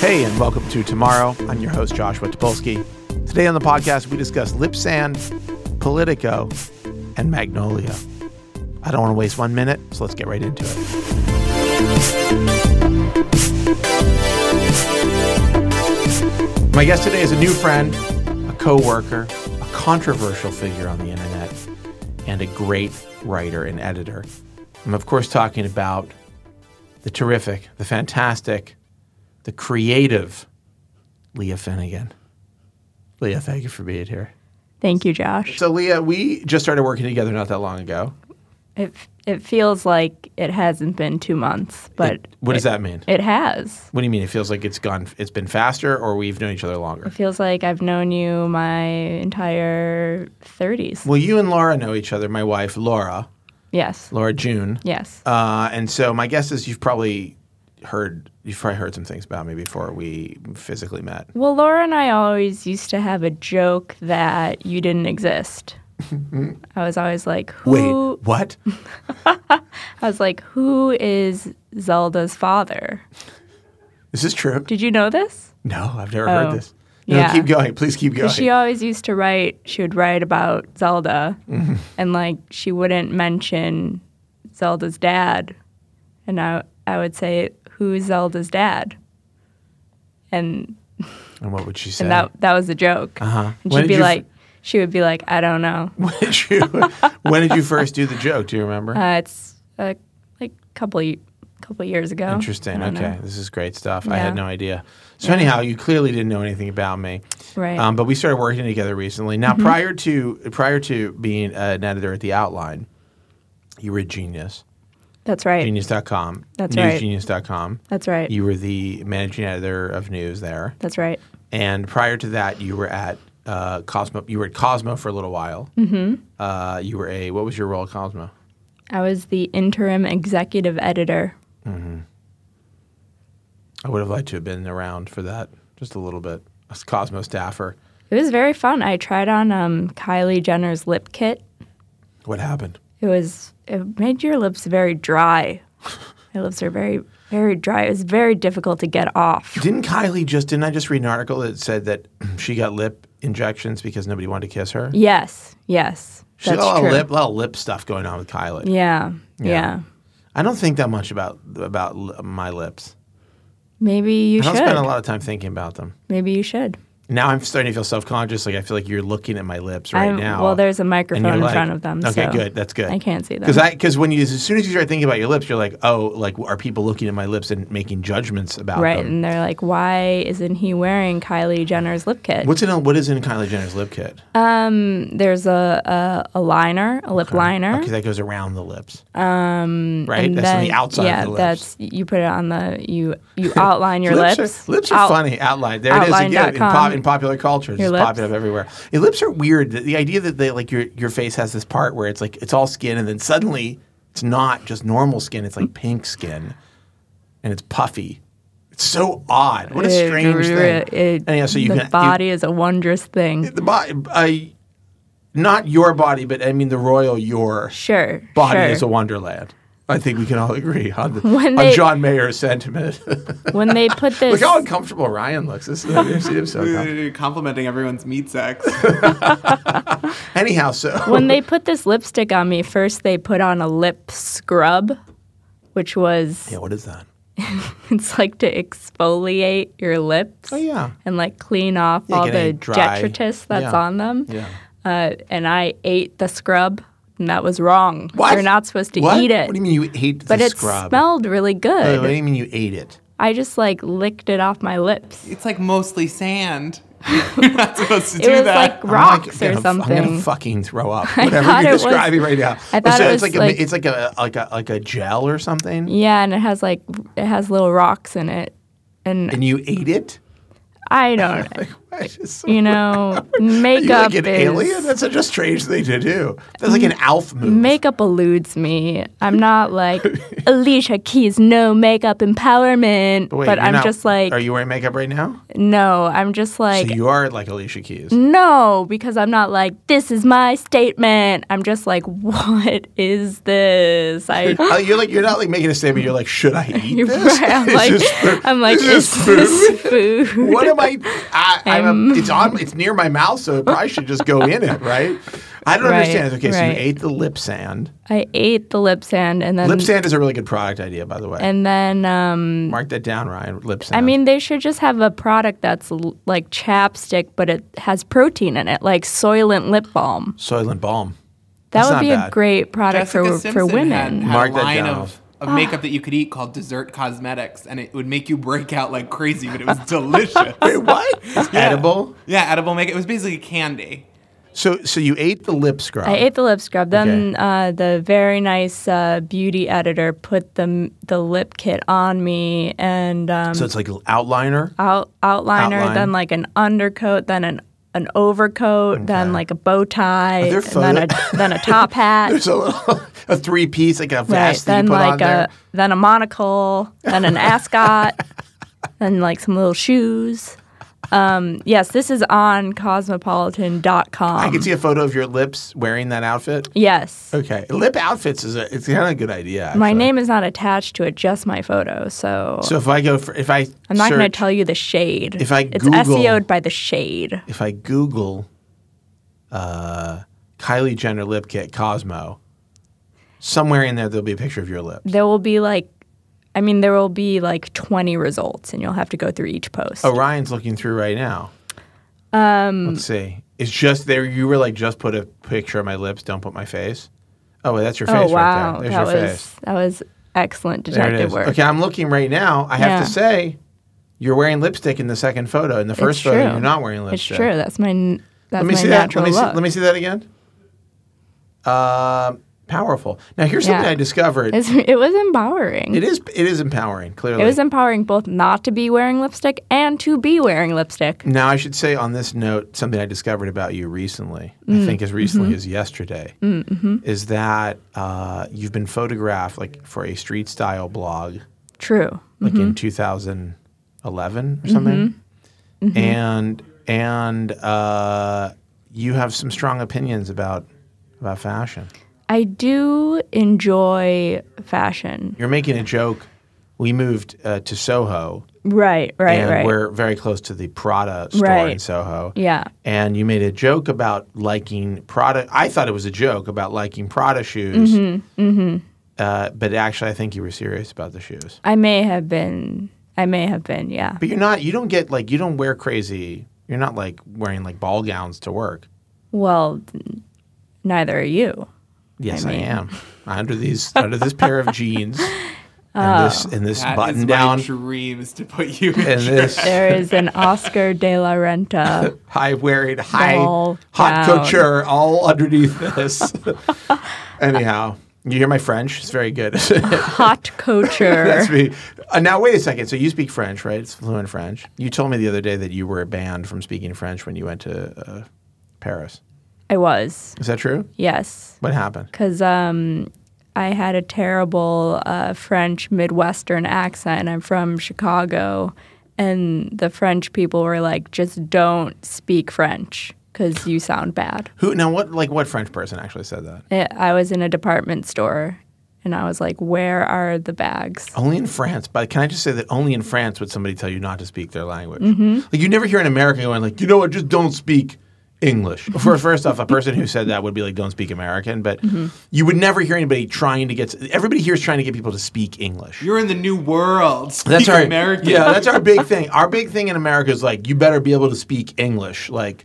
Hey, and welcome to Tomorrow. I'm your host, Joshua Topolsky. Today on the podcast, we discuss Lip Sand, Politico, and Magnolia. I don't want to waste one minute, so let's get right into it. My guest today is a new friend, a co worker, a controversial figure on the internet, and a great writer and editor. I'm, of course, talking about the terrific, the fantastic, the creative Leah Finnegan. Leah, thank you for being here. Thank you, Josh. So, Leah, we just started working together not that long ago. It it feels like it hasn't been two months, but It- what does that mean? it has. What do you mean? It feels like it's gone. It's been faster, or we've known each other longer. It feels like I've known you my entire 30s. Well, you and Laura know each other. My wife, Laura, Yes. Laura June. Yes. Uh, and so, my guess is you've probably heard you've probably heard some things about me before we physically met. Well, Laura and I always used to have a joke that you didn't exist. I was always like, who? Wait, what? I was like, who is Zelda's father? Is this true? Did you know this? No, I've never Oh, heard this. No, yeah. keep going. Please keep going. She always used to write, she would write about Zelda, Mm-hmm. and like she wouldn't mention Zelda's dad. And I, I would say, Who's Zelda's dad? And, and what would she say? and that, that was the joke. Uh-huh. And When did she'd be you f- like, She would be like, I don't know. when did you when did you first do the joke? Do you remember? Uh, it's a, like a couple, y- couple years ago. Interesting. I don't Okay, know. this is great stuff. I Yeah. had no idea. So anyhow, you clearly didn't know anything about me, Right. Mm-hmm. um, but we started working together recently. Now, prior to prior to being an editor at the Outline, you were a genius. That's right. Genius.com. That's right. Newsgenius.com. That's right. You were the managing editor of news there, That's right. and prior to that, you were at uh, Cosmo. You were at Cosmo for a little while. Mm-hmm. Uh, you were a what was your role at Cosmo? I was the interim executive editor. I would have liked to have been around for that just a little bit. A Cosmo staffer. It was very fun. I tried on um, Kylie Jenner's lip kit. What happened? It was it made your lips very dry. My lips are very very dry. It was very difficult to get off. Didn't Kylie just didn't I just read an article that said that she got lip injections because nobody wanted to kiss her? Yes, yes, She that's got a lot true. of lip a lot of lip stuff going on with Kylie. Yeah, yeah, I don't think that much about about l- my lips. Maybe you I don't should. spend a lot of time thinking about them. Maybe you should. Now I'm starting to feel self conscious. Like I feel like you're looking at my lips right I'm- now. well, there's a and microphone you're in like- front of them. Okay, so good. That's good. I can't see them. Because I because when you as soon as you start thinking about your lips, you're like, oh, like are people looking at my lips and making judgments about right, them? and they're like, "Why isn't he wearing Kylie Jenner's lip kit?" What's in what is in Kylie Jenner's lip kit? There's a a, a liner, a lip liner. Okay, that goes around the lips. Um, right, and that's on the then- outside Yeah, of the lips. that's you put it on the you you outline your lips. Lips are, lips are Out- funny. Outline. There it is again in, outline.com. pop, in popular culture. It's Your just popping up lips. everywhere. Yeah, lips are weird. The, the idea that they like your your face has this part where it's like it's all skin, and then suddenly it's not just normal skin. It's Mm. like pink skin, and it's puffy. It's so odd. What a It strange re- thing. it- Anyhow, so you the can you- body is a wondrous thing. the body. I, not your body, but I mean the royal your. Sure. Body sure. is a wonderland. I think we can all agree on, the, When on they- John Mayer's sentiment. when they put Look this how uncomfortable Ryan looks. This is, I've seen him so uncomfortable. complimenting everyone's meat sex. Anyhow, so when they put this lipstick on me, first they put on a lip scrub, which was yeah, what is that? it's like to exfoliate your lips Oh yeah, and like clean off Yeah, all get any the dry- detritus that's yeah. on them. yeah. Uh, and I ate the scrub, and that was wrong. What? You're not supposed to What? eat it. What do you mean you ate but the it scrub? smelled really Wait, good. what do you mean you ate it? I just like licked it off my lips. it's like mostly sand. You're not supposed to It do was that. like rocks I'm like, or I'm gonna- I'm something. gonna fucking throw up. Whatever thought it you're was- describing right now. I thought so it it's was like, like- a, it's like a like a like a gel or something, yeah, and it has like it has little rocks in it, and and you ate it. I don't. I just- you know, Are you like makeup an is alien? That's such a strange thing to do. That's like an alf move. makeup eludes me. I'm not like Alicia Keys, no makeup empowerment. But, Wait, you're I'm not- just like, Are you wearing makeup right now? no, I'm just like, so you are like Alicia Keys. no, because I'm not like, this is my statement. I'm just like, what is this? I. Uh, you're like you're not like making a statement. You're like, should I eat You're this? right. I'm Is like, this food? I'm like, is is this this food? what am I? I I'm a, it's on. It's near my mouth, so it probably should just go in it, right? I don't Right, understand. Okay, so you right. ate the lip sand. I ate the lip sand and then Lip sand is a really good product idea, by the way. and then um Mark that down, Ryan. Lip sand. I mean they should just have a product that's l- like chapstick but it has protein in it like Soylent lip balm. Soylent balm. That That's would not be a bad. great product Jessica for Simpson for women. had, had Mark a that line down. of, of makeup that you could eat called Dessert Cosmetics, and it would make you break out like crazy, but it was delicious. Wait, what? Edible. Yeah, edible makeup. It was basically candy. So, so you ate the lip scrub. I ate the lip scrub. Then uh, the very nice uh, beauty editor put the the lip kit on me and um, So it's like outliner. out, outliner, Outline. then like an undercoat, then an an overcoat, then like a bow tie, there and then a then a top hat. There's a little, a three piece, like a Right. vest that Then you put on like there. a then a monocle, then an ascot, then like some little shoes. Um, yes, this is on cosmopolitan.com. I can see a photo of your lips wearing that outfit. yes. Okay, lip outfits is a it's kind of a good idea. My actually. name is not attached to it, just my photo. So, So if I go for if I I'm not going search, to tell you the shade. If I it's Google- SEO'd by the shade. if I Google uh, Kylie Jenner lip kit Cosmo, somewhere in there there'll be a picture of your lips. There will be like, I mean, there will be like 20 results, and you'll have to go through each post. Orion's looking through right now. Um, Let's see. It's just there. You were like, just put a picture of my lips. Don't put my face. Oh, wait, that's your Oh, face wow, right there. that There's your was face. that was excellent There it detective is. work. Okay, I'm looking right now. I have Yeah. to say, you're wearing lipstick in the second photo. In the first It's photo, true. you're not wearing It's lipstick. true. That's my n- that's Let me my see that. natural Let me see, look. let me see that again. Um, powerful. Now here's Yeah. something I discovered. It's- it was empowering. it is it is empowering. Clearly, It was empowering both not to be wearing lipstick and to be wearing lipstick. Now, I should say on this note, something I discovered about you recently, Mm, I think as recently mm-hmm. as yesterday, is that uh, you've been photographed like for a street style blog, True. like in 2011 or Mm-hmm. something, and and uh, you have some strong opinions about about fashion. I do enjoy fashion. You're making a joke. We moved uh, to Soho, Right, right, and right. we're very close to the Prada store in Right. Soho. yeah. and you made a joke about liking Prada. I thought it was a joke about liking Prada shoes, mm-hmm, Uh, but actually, I think you were serious about the shoes. I may have been I may have been, yeah. But you're not. You don't get like you don't wear crazy. You're not like wearing like ball gowns to work. Well, n- neither are you. Yes, I, mean- am. Under these, under this pair of jeans, and this, and this That is button down, my dreams to put you in. and this There is an Oscar de la Renta. high wearing, high Ball hot gown. couture, all underneath this. Anyhow, you hear my French? It's very good. Hot couture. That's me. Uh, now wait a second. So you speak French, right? It's fluent French. You told me the other day that you were banned from speaking French when you went to uh, Paris. I was. Is that true? Yes. What happened? because um, I had a terrible uh, French Midwestern accent. I'm from Chicago, and the French people were like, "Just don't speak French because you sound bad." Who now? What like what French person actually said that? I I was in a department store, and I was like, "Where are the bags?" Only in France. But can I just say that only in France would somebody tell you not to speak their language? Mm-hmm. Like you never hear an American going like, you know what? Just don't speak English. For, first off, a person who said that would be like, don't speak American. But Mm-hmm. you would never hear anybody trying to get. Everybody here is trying to get people to speak English. You're in the new world. That's Speak our American. yeah. That's our big thing. Our big thing in America is like you better be able to speak English. Like,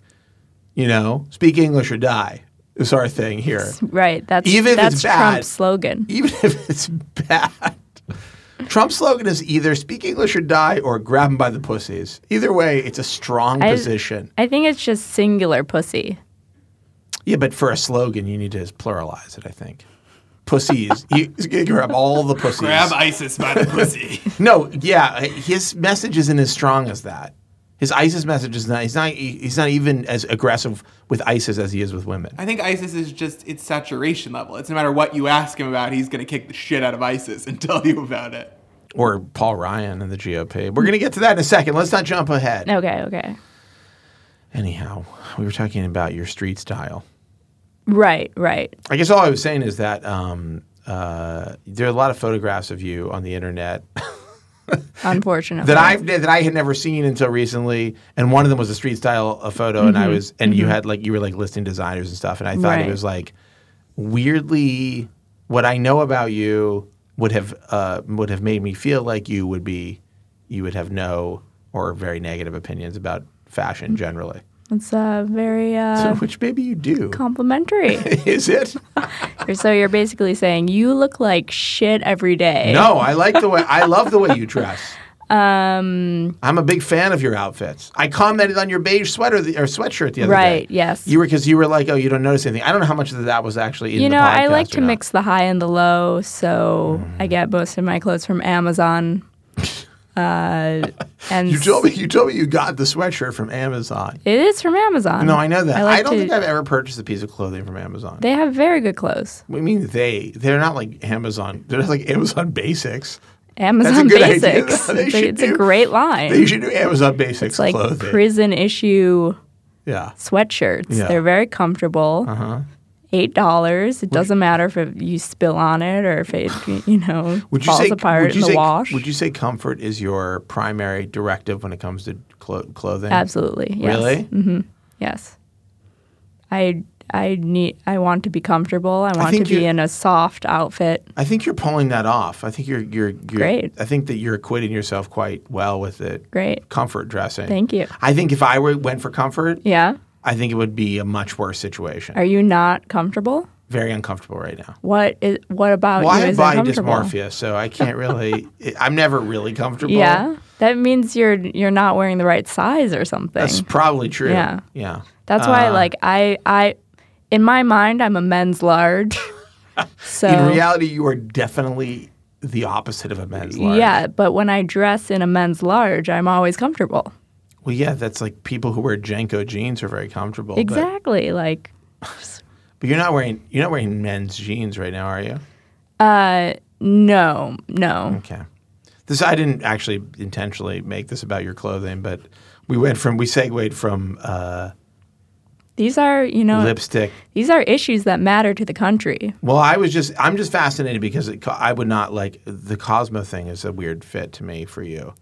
you know, speak English or die is our thing here. Right. That's Even if that's it's bad- Trump's slogan. Even if it's bad, Trump's slogan is either speak English or die or grab him by the pussies. Either way, it's a strong I- position. I think it's just singular pussy. Yeah, but for a slogan, you need to pluralize it. I think. Pussies. you, you grab all the pussies. Grab ISIS by the pussy. No, yeah, his message isn't as strong as that. His ISIS message is not. He's not. he- He's not even as aggressive with ISIS as he is with women. I think ISIS is just its saturation level. It's no matter what you ask him about, he's gonna kick the shit out of ISIS and tell you about it. Or Paul Ryan and the GOP. We're gonna get to that in a second. Let's not jump ahead. Okay, okay. Anyhow, we were talking about your street style. Right, right. I guess all I was saying is that um, uh, there are a lot of photographs of you on the internet Unfortunately. that I that I had never seen until recently, and one of them was a street style uh photo, and I was and you had like you were like listing designers and stuff, and I thought it Mm-hmm. Right. was like weirdly what I know about you would have uh, would have made me feel like you would be you would have no or very negative opinions about fashion generally, It's uh, very Mm. uh, which maybe you do. complimentary. Is it? so you're basically saying you look like shit every day. No, I like the way I love the way you dress. Um, I'm a big fan of your outfits. I commented on your beige sweater the, or sweatshirt the other day. Right, yes. You were because you were like, oh, you don't notice anything. I don't know how much of that was actually in You the know, I podcast like or to not. Mm. mix the high and the low, so I get most of my clothes from Amazon. Uh, and You told me you told me you got the sweatshirt from Amazon. it is from Amazon. No, I know that. I, like don't to- think I've ever purchased a piece of clothing from Amazon. They have very good clothes. we mean they. They're not like Amazon. They're not like Amazon Basics. Amazon good idea, Basics. though. They It's, a, should it's a do- great line. They should do Amazon Basics it's like clothing. prison issue yeah. sweatshirts. Yeah. Uh-huh. They're very comfortable. Eight dollars. It doesn't matter if it, you spill on it or if it, you know, Would you falls say apart would you in the say, wash. Would you say comfort is your primary directive when it comes to clo- clothing? Absolutely. Yes. Mm-hmm. Really? Yes. I I need. I want to be comfortable. I want to think you- be in a soft outfit. I think you're pulling that off. I think you're, you're you're Great. I think that you're acquitting yourself quite well with it. Great. Comfort dressing. Thank you. I think if I were went for comfort, Yeah. I think it would be a much worse situation. Are you not comfortable? Very uncomfortable right now. What is? What about Well, I Oh, you? have is body uncomfortable? dysmorphia, so I can't really. I'm never really comfortable. Yeah. That means you're you're not wearing the right size or something. that's probably true. Yeah. yeah. That's Uh, why, like, I, I, in my mind, I'm a men's large. So In reality, you are definitely the opposite of a men's large. yeah, but when I dress in a men's large, I'm always comfortable. Well, yeah, that's like people who wear Jenko jeans are very comfortable. but- Exactly. Like, But, you're not wearing you're not wearing men's jeans right now, are you? uh, no, no. Okay. This I didn't actually intentionally make this about your clothing, but we went from we segued from uh, These are, you know, lipstick. these are issues that matter to the country. Well, I was just I'm just fascinated because it, co- I would not like the Cosmo thing is a weird fit to me for you.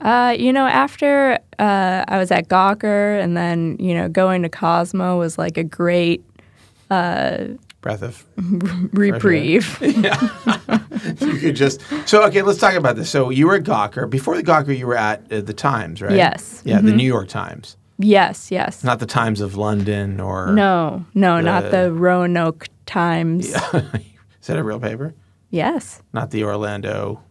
Uh, you know, after uh, I was at Gawker, and then you know, going to Cosmo was like a great Breath of reprieve. you could just so okay. Let's talk about this. So you were at Gawker before the Gawker. You were at uh, the Times, right? Yes. Yeah, the New York Times, yes, yes. not the Times of London or No, no, not The- the Roanoke Times. Is that a real paper? Yes, Not the Orlando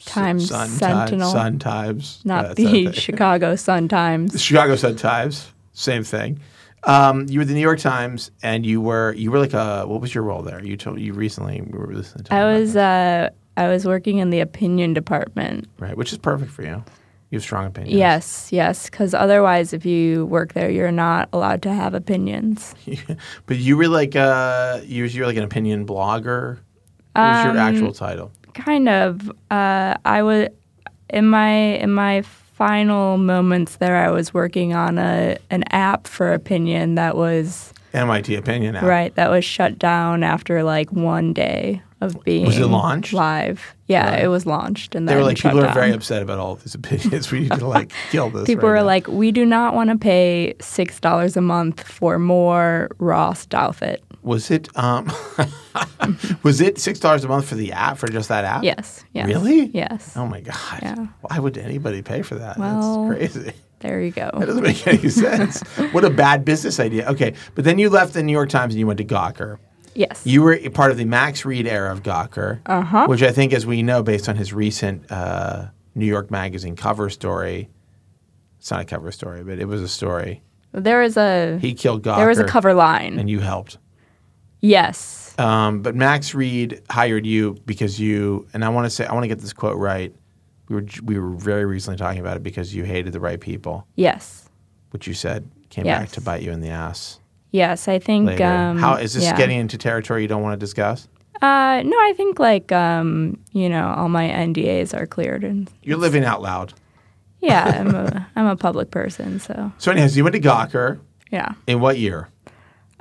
Times Sun Ti- Sentinel, Sun Times. not That's the thing. Chicago Sun Times. Chicago Sun Times. Same thing. Um, you were the New York Times, and you were you were like a what was your role there? You told you recently we were listening to I about was uh, I was working in the opinion department. that, right, which is perfect for you. You have strong opinions. Yes, yes, because otherwise, if you work there, you're not allowed to have opinions. but you were like uh you you were like an opinion blogger. What Um, was your actual title? Kind of. Uh, I was in my in my final moments there. I was working on a an app for opinion that was MIT Opinion App. Right, that was shut down after like one day of being Was it launched? live. Yeah, it was launched, and They then were like shut people are down. very upset about all of these opinions. We need to like kill this. People right were now. like, we do not want to pay six dollars a month for more Ross Douthat. Was it um was it six dollars a month for the app for just that app? Yes, yes, Really? yes. Oh my god. Yeah. Why would anybody pay for that? Well- That's crazy. There you go. That doesn't make any sense. what a bad business idea. Okay. But then you left the New York Times and you went to Gawker. Yes, You were a part of the Max Reed era of Gawker, uh-huh. which I think, as we know, based on his recent uh, New York Magazine cover story, it's not a cover story, but it was a story. there was a He killed Gawker. there was a cover line. and you helped. yes, Um, but Max Reed hired you because you, and I want to say, I want to get this quote right. We were we were very recently talking about it because you hated the right people, Yes. which you said came back Yes. to bite you in the ass Yes, I think. later. Um, How is this yeah. getting into territory you don't want to discuss? Uh, no, I think like um, you know, all my NDAs are cleared, and You're living out loud. yeah, I'm a I'm a public person, so So, anyways, you went to Gawker yeah. in what year?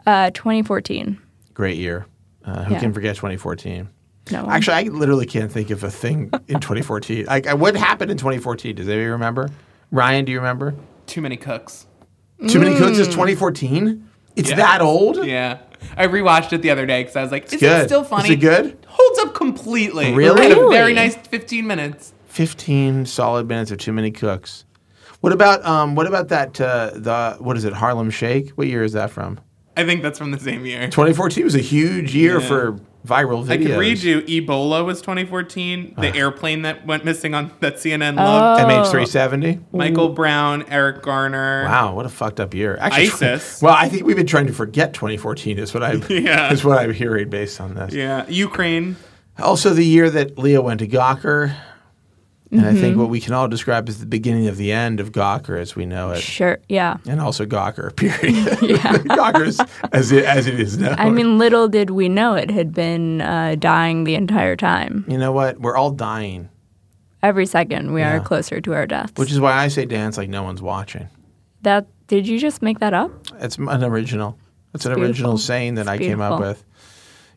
Uh, 2014. Great year. Uh, who Yeah. can forget 2014? No, one. Actually, I literally can't think of a thing in 2014. Like, I- what happened in 2014? Does anybody remember? Ryan, do you remember? Too many cooks. Too many cooks Mm. is 2014. It's Yeah. that old. Yeah. I rewatched it the other day because I was like, is good. it still Is funny? it good? Oh, Holds up completely. Really? We had a Really? very nice 15 minutes. 15 solid minutes of too many cooks. What about um? What about that? Uh, the what is it? Harlem Shake. What year is that from? I think that's from the same year. 2014 was a huge year Yeah. for viral videos. Ah. I could read you Ebola was 2014, the airplane that went missing on that CNN loved, Oh. MH370. Michael Brown, Eric Garner. Wow, what a fucked up year. Actually, ISIS. Well, I think we've been trying to forget 2014 is what I'm Yeah. is what I'm hearing based on this. Yeah. Ukraine. Also, the year that Leah went to Gawker, and I Mm-hmm. think what we can all describe as the beginning of the end of Gawker as we know it, sure, yeah. and also Gawker. Period. Gawker is as it, as it is now. I mean, little did we know it had been uh, dying the entire time. you know what? We're all dying, Every second, we are Yeah. closer to our deaths. which is why I say dance like no one's watching. that did you just make that up? That's m- an original. That's an beautiful. original saying that I came up beautiful. with.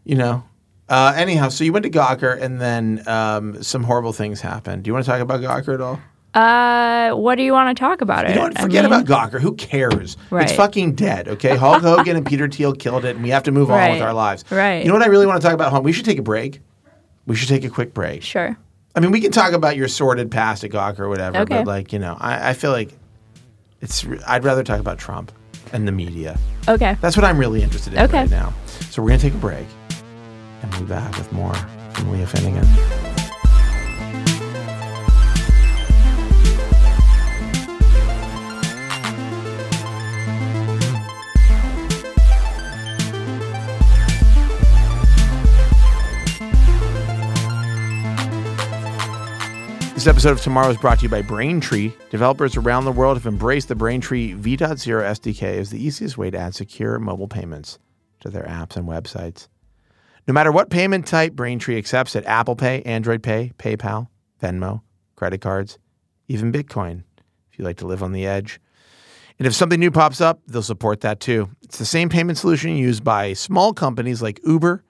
You know. Uh, anyhow, so you went to Gawker, and then um, some horrible things happened. Do you want to talk about Gawker at all? Uh, what do you want to talk about You it? know what? Forget I mean, about Gawker. Who cares? Right. It's fucking dead. Okay. Hulk Hogan and Peter Thiel killed it, and we have to move on with Right. our lives. Right. You know what I really want to talk about? Home. We should take a break. We should take a quick break. sure. I mean, we can talk about your sordid past at Gawker or whatever, Okay. but like, you know, I, I feel like it's. re- I'd rather talk about Trump and the media. Okay. That's what I'm really interested in Okay. right now. So we're gonna take a break, and we'll be back with more from Leah Finnegan. This episode of Tomorrow is brought to you by Braintree. Developers around the world have embraced the Braintree V.0 SDK as the easiest way to add secure mobile payments to their apps and websites. No matter what payment type, Braintree accepts it Apple Pay, Android Pay, PayPal, Venmo, credit cards, even Bitcoin, if you like to live on the edge. And if something new pops up, they'll support that too. It's the same payment solution used by small companies like Uber,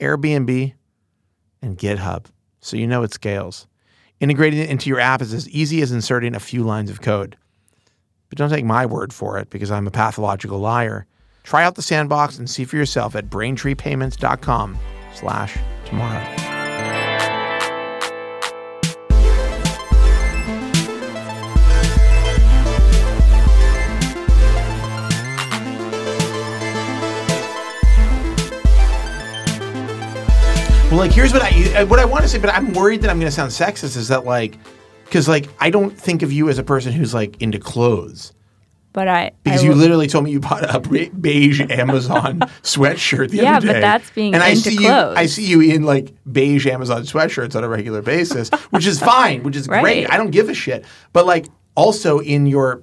Airbnb, and GitHub, so you know it scales. Integrating it into your app is as easy as inserting a few lines of code. But don't take my word for it because I'm a pathological liar. Try out the sandbox and see for yourself at braintreepayments.com slash tomorrow. Well, like here's what I uh, what I want to say, but I'm worried that I'm going to sound sexist. Is that like, because like I don't think of you as a person who's like into clothes But I because I you will- literally told me you bought a be- beige Amazon sweatshirt the Yeah, other but day. that's being and I into see clothes. you. I see you in like beige Amazon sweatshirts on a regular basis, which is fine, which is great. Right. I don't give a shit. But like also in your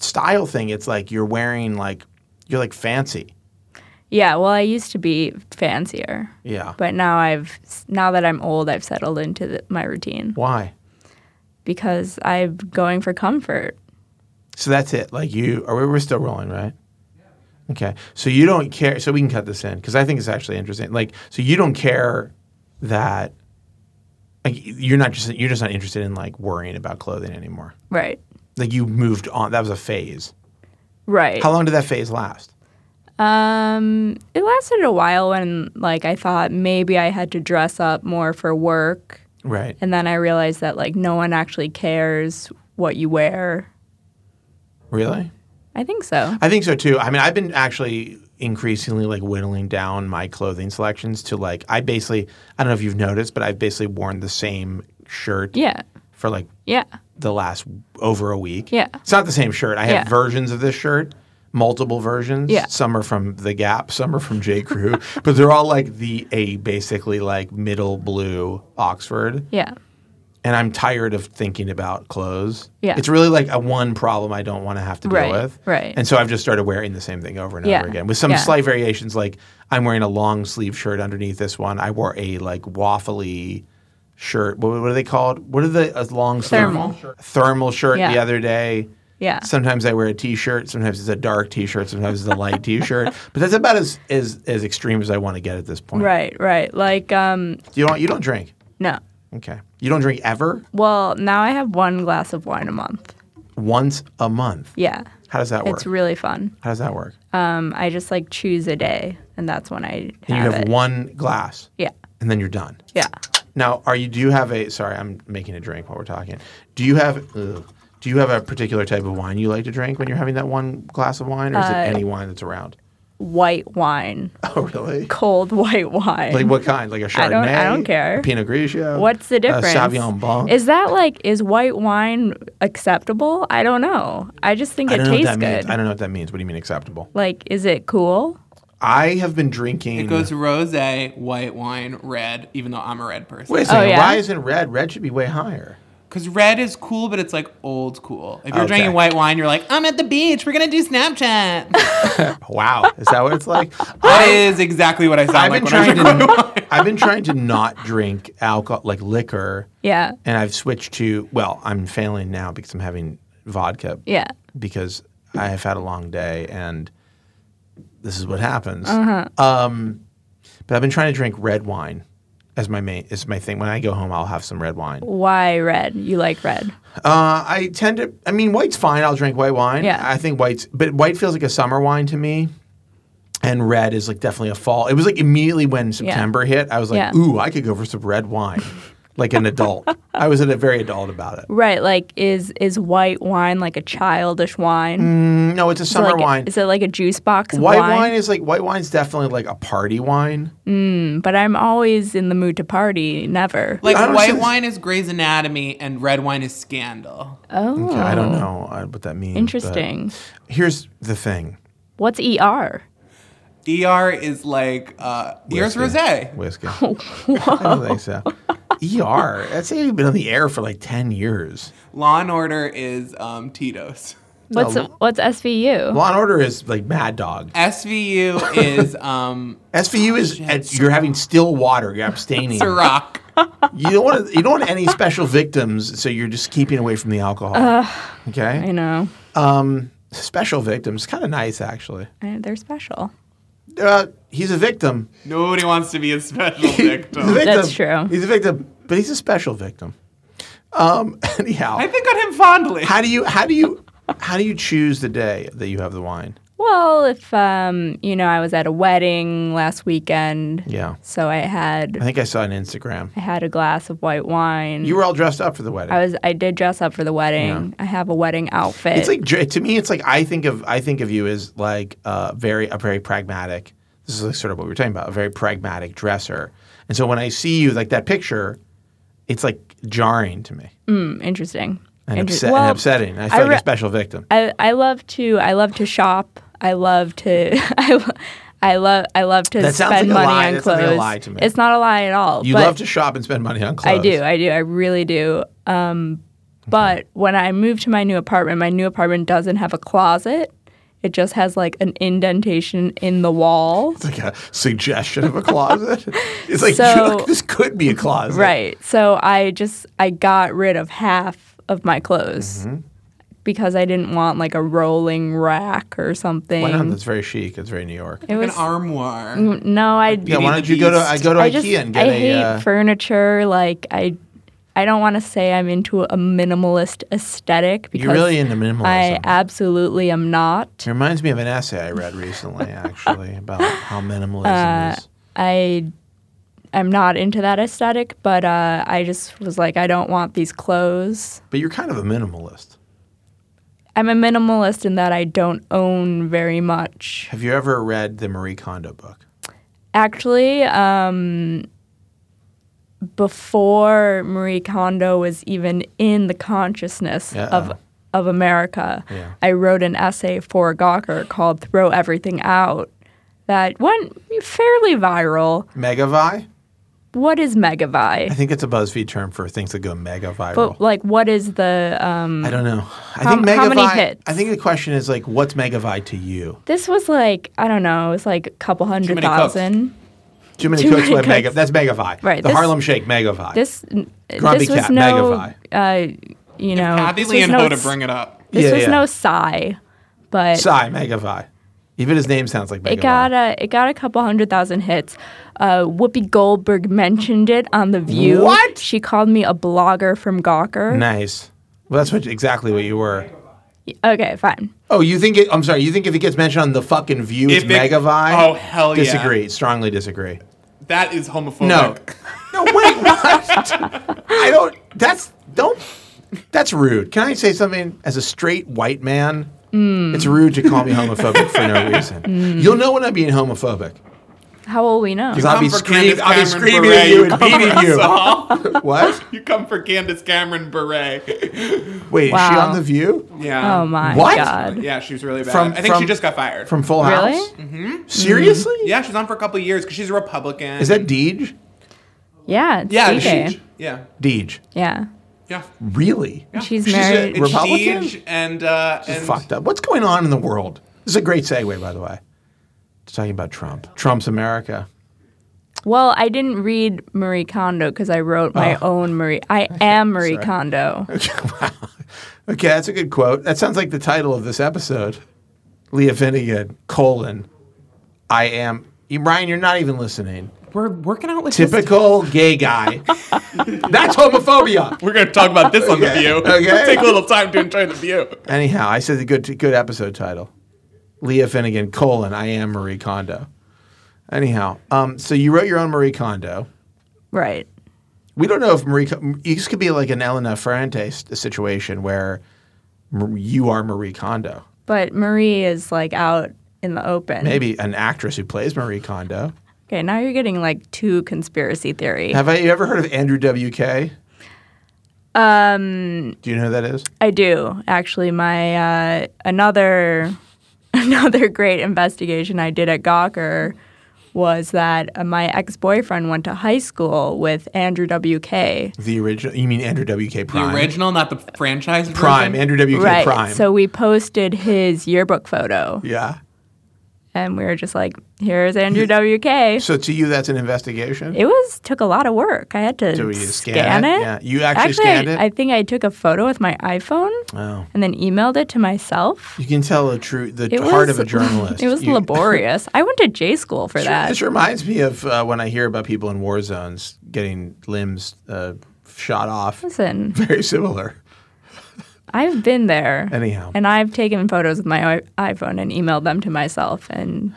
style thing, it's like you're wearing like you're like fancy. yeah. Well, I used to be fancier, Yeah. but now I've now that I'm old, I've settled into the, my routine Why? because I'm going for comfort. So that's it. Like you, are we, we're still rolling, right? Okay. So you don't care. So we can cut this in because I think it's actually interesting. Like, so you don't care that like you're not just you're just not interested in like worrying about clothing anymore. Right. Like you moved on. That was a phase. Right. How long did that phase last? Um, it lasted a while when like I thought maybe I had to dress up more for work, Right. and then I realized that like no one actually cares what you wear. Really? I think so. I think so too. I mean, I've been actually increasingly like whittling down my clothing selections to like I basically I don't know if you've noticed, but I've basically worn the same shirt Yeah. for like Yeah. the last over a week. Yeah. It's not the same shirt. I have Yeah. versions of this shirt, multiple versions. Yeah. Some are from The Gap, some are from J. Crew, but they're all like the a basically like middle blue Oxford. Yeah. and I'm tired of thinking about clothes. Yeah. It's really like a one problem I don't want to have to deal Right, with. right. And so I've just started wearing the same thing over and Yeah, over again with some yeah. slight variations. Like I'm wearing a long sleeve shirt underneath this one. I wore a like waffly shirt. What, what are they called? What are the a long sleeve Thermal. thermal shirt the Yeah. other day? Yeah. Sometimes I wear a t-shirt. Sometimes it's a dark t-shirt. Sometimes it's a light t-shirt. But that's about as as, as extreme as I want to get at this point. Right, right. Like, um, You don't you don't drink. no. Okay. You don't drink ever. Well, now I have one glass of wine a month. Once a month. Yeah. How does that work? It's really fun. How does that work? Um, I just like choose a day, and that's when I have, and you have it. one glass. Yeah, And then you're done. yeah. Now, are you? Do you have a? Sorry, I'm making a drink while we're talking. Do you have? Ugh, do you have a particular type of wine you like to drink when you're having that one glass of wine, or Uh, is it any wine that's around? White wine, Oh, really? cold white wine. Like what kind? Like a Chardonnay? I don't- I don't care. A Pinot Grigio. What's the A difference? Sauvignon Blanc. Is that like is white wine acceptable? I don't know. I just think I it don't know what tastes that means. good. I don't know what that means. What do you mean acceptable? Like, is it cool? I have been drinking. It goes rose, white wine, red, even though I'm a red person. Wait a second. Oh, yeah? Why isn't red? Red should be way higher. Because red is cool, but it's like old cool. If you're Okay. drinking white wine, you're like, I'm at the beach. We're going to do Snapchat. Wow, is that what it's like? that is exactly what I sound I've like been when I trying drink white wine. to. I've been trying to not drink alcohol, like liquor. Yeah, and I've switched to well, I'm failing now because I'm having vodka. yeah. Because I have had a long day and this is what happens. Uh-huh. Um, but I've been trying to drink red wine as my main as my thing. When I go home, I'll have some red wine. Why red? You like red? Uh, I tend to. I mean, white's fine. I'll drink white wine. Yeah. I think white's, but white feels like a summer wine to me, and red is like definitely a fall. It was like immediately when September hit, I was like, Yeah. ooh, I could go for some red wine, like an adult. I was a very adult about it. Right. Like, is is white wine like a childish wine? No, it's a Is Mm, it summer like a- wine. is it like a juice box? of white wine? is like white wine's definitely like a party wine. but I'm always in the mood to party. Never. Like, I don't white understand- wine is Grey's Anatomy, and red wine is Scandal. oh, Mm, I don't know uh, what that means. but Interesting. Here's the thing. What's ER? ER is like, uh, ER's rose. Whiskey. Whiskey. I don't think so. ER. That's you've been on the air for like ten years. Law and Order is um, Tito's. What's No. what's SVU? Law and Order is like Mad Dog. SVU is um, SVU is at, you're having still water. You're abstaining. Ciroc. You don't want to, you don't want any special victims, so you're just keeping away from the alcohol. I okay. know. Special victims, kind of nice actually. I- They're special. Uh, he's a victim. Nobody wants to be a special He's a victim. victim. Oh, That's true. He's a victim, but he's a special victim. Um, anyhow, I think on him fondly. how do you how do you how do you choose the day that you have the wine? Well, if um, you know, I was at a wedding last weekend, Yeah, so I had I think I saw on Instagram. I had a glass of white wine. You were all dressed up for the wedding. I was I did dress up for the wedding. I have a wedding outfit. it's like dr- to me, it's like I think of I think of you as like uh, very a very pragmatic. This is like sort of what we were talking about, a very pragmatic dresser. And so when I see you like that picture, it's like jarring to me Mm, interesting. and, Inter- upset, well, and upsetting. I feel I like re- a special victim. I, I love to I love to shop. I love to I, lo- I love I love to That sounds spend like a money lie. on That sounds clothes. like a lie to me. It's not a lie at all. You but love to shop and spend money on clothes. I do. I do. I really do. Um, but when I moved to my new apartment, my new apartment doesn't have a closet. It just has like an indentation in the wall. It's like a suggestion of a closet. it's like So- "Look, this could be a closet. Right. So I just I got rid of half of my clothes Mm-hmm. because I didn't want like a rolling rack or something. Why not? That's very chic. It's very New York. it An was armoire. no, I Yeah, why Beauty and don't the you go to Beast. I go to I IKEA just and get I a hate uh, furniture. Like I, I don't want to say I'm into a minimalist aesthetic because You're really into minimalism. I absolutely am not. It reminds me of an essay I read recently, actually, about how minimalism Uh, is. I, I'm not into that aesthetic. But uh, I just was like, I don't want these clothes. But you're kind of a minimalist. I'm a minimalist in that I don't own very much. Have you ever read the Marie Kondo book? Actually, um, before Marie Kondo was even in the consciousness of Uh-oh. of America, Yeah. I wrote an essay for Gawker called "Throw Everything Out," that went fairly viral. Megavi? what is I megavi? think it's a BuzzFeed term for things that go mega viral. But like, what is the? Um, I don't know. I How- think how many Megavi- hits? I think the question is like, what's Megavi to you? this was like I don't know. It was like a couple hundred many cooks. thousand. Too many Too cooks many with Mega. cooks. That's Megavi. Right, The this- Harlem Shake Megavi. This n- Grumpy this was Cat, no, uh, you know, Kathy this Lee was and no, Hoda s- bring it up. This Yeah, was yeah. no sigh, but Psy Megavi. Even his name sounds like Megavi. it got a it got a couple hundred thousand hits. Uh, Whoopi Goldberg mentioned it on the View. What? She called me a blogger from Gawker. nice. Well, that's what exactly what you were. Okay, fine. Oh, you think it? I'm sorry. You think if it gets mentioned on the fucking View, it's If it- Megavi? Oh, hell yeah. Oh disagree. Strongly disagree. That is homophobic. No. no, wait, what? I don't that's don't that's rude. Can I say something as a straight white man? Mm. It's rude to call me homophobic for no reason. You'll know when I'm being homophobic. How will we know? Because I'll be, come for screaming, Candace I'll be Cameron screaming Bure, at you you and beating you. So, What? you come for Candace Cameron Bure. Wait, is she Wow. on The View? yeah. Oh my um, What? god. Yeah, she was really bad. From- I think from- she just got fired. From Full Really? House? Seriously? Mm-hmm. yeah, she was on for a couple of years because she's a Republican. Is that Deej? Yeah, it's yeah, DJ. she- yeah, Deej. yeah. yeah. Really? She's a- married. Rep- It's Republican? Deej and uh, and Fucked up. What's going on in the world? This is a great segue, by the way. It's talking about Trump. Trump's America. well, I didn't read Marie Kondo because I wrote my Oh. own Marie. I am Marie Kondo. wow. Okay, that's a good quote. That sounds like the title of this episode. Leah Finnegan, colon, I am. You, Brian, you're not even listening. we're working out with Typical gay guy. That's homophobia. We're going to talk about this on Okay, the View. okay. Take a little time to enjoy the View. Anyhow, I said the good, good episode title. Leah Finnegan, colon, I am Marie Kondo. Anyhow, um, so you wrote your own Marie Kondo. Right. We don't know if Marie. Con- This could be like an Elena Ferrante s- situation where Mar- you are Marie Kondo. But Marie is like out in the open. Maybe an actress who plays Marie Kondo. Okay, now you're getting like two conspiracy theory. Have I you ever heard of Andrew WK? Um, Do you know who that is? I do actually. My uh, another another great investigation I did at Gawker was that uh, my ex boyfriend went to high school with Andrew WK. The original. You mean Andrew WK Prime? The original, not the franchise. Prime. version? Andrew WK Right. Prime. So we posted his yearbook photo, yeah. and we were just like, "Here's Andrew WK." So to you, that's an investigation. It was took a lot of work. I had to Do you scan, scan it? it. Yeah. You actually scanned I, it? I think I took a photo with my iPhone Wow. and then emailed it to myself. You can tell the true the It heart was- of a journalist. It was You- laborious. I went to J school for that. This reminds me of uh, when I hear about people in war zones getting limbs uh, shot off. Listen, Very similar. I've been there. Anyhow. And I've taken photos with my i- iPhone and emailed them to myself, and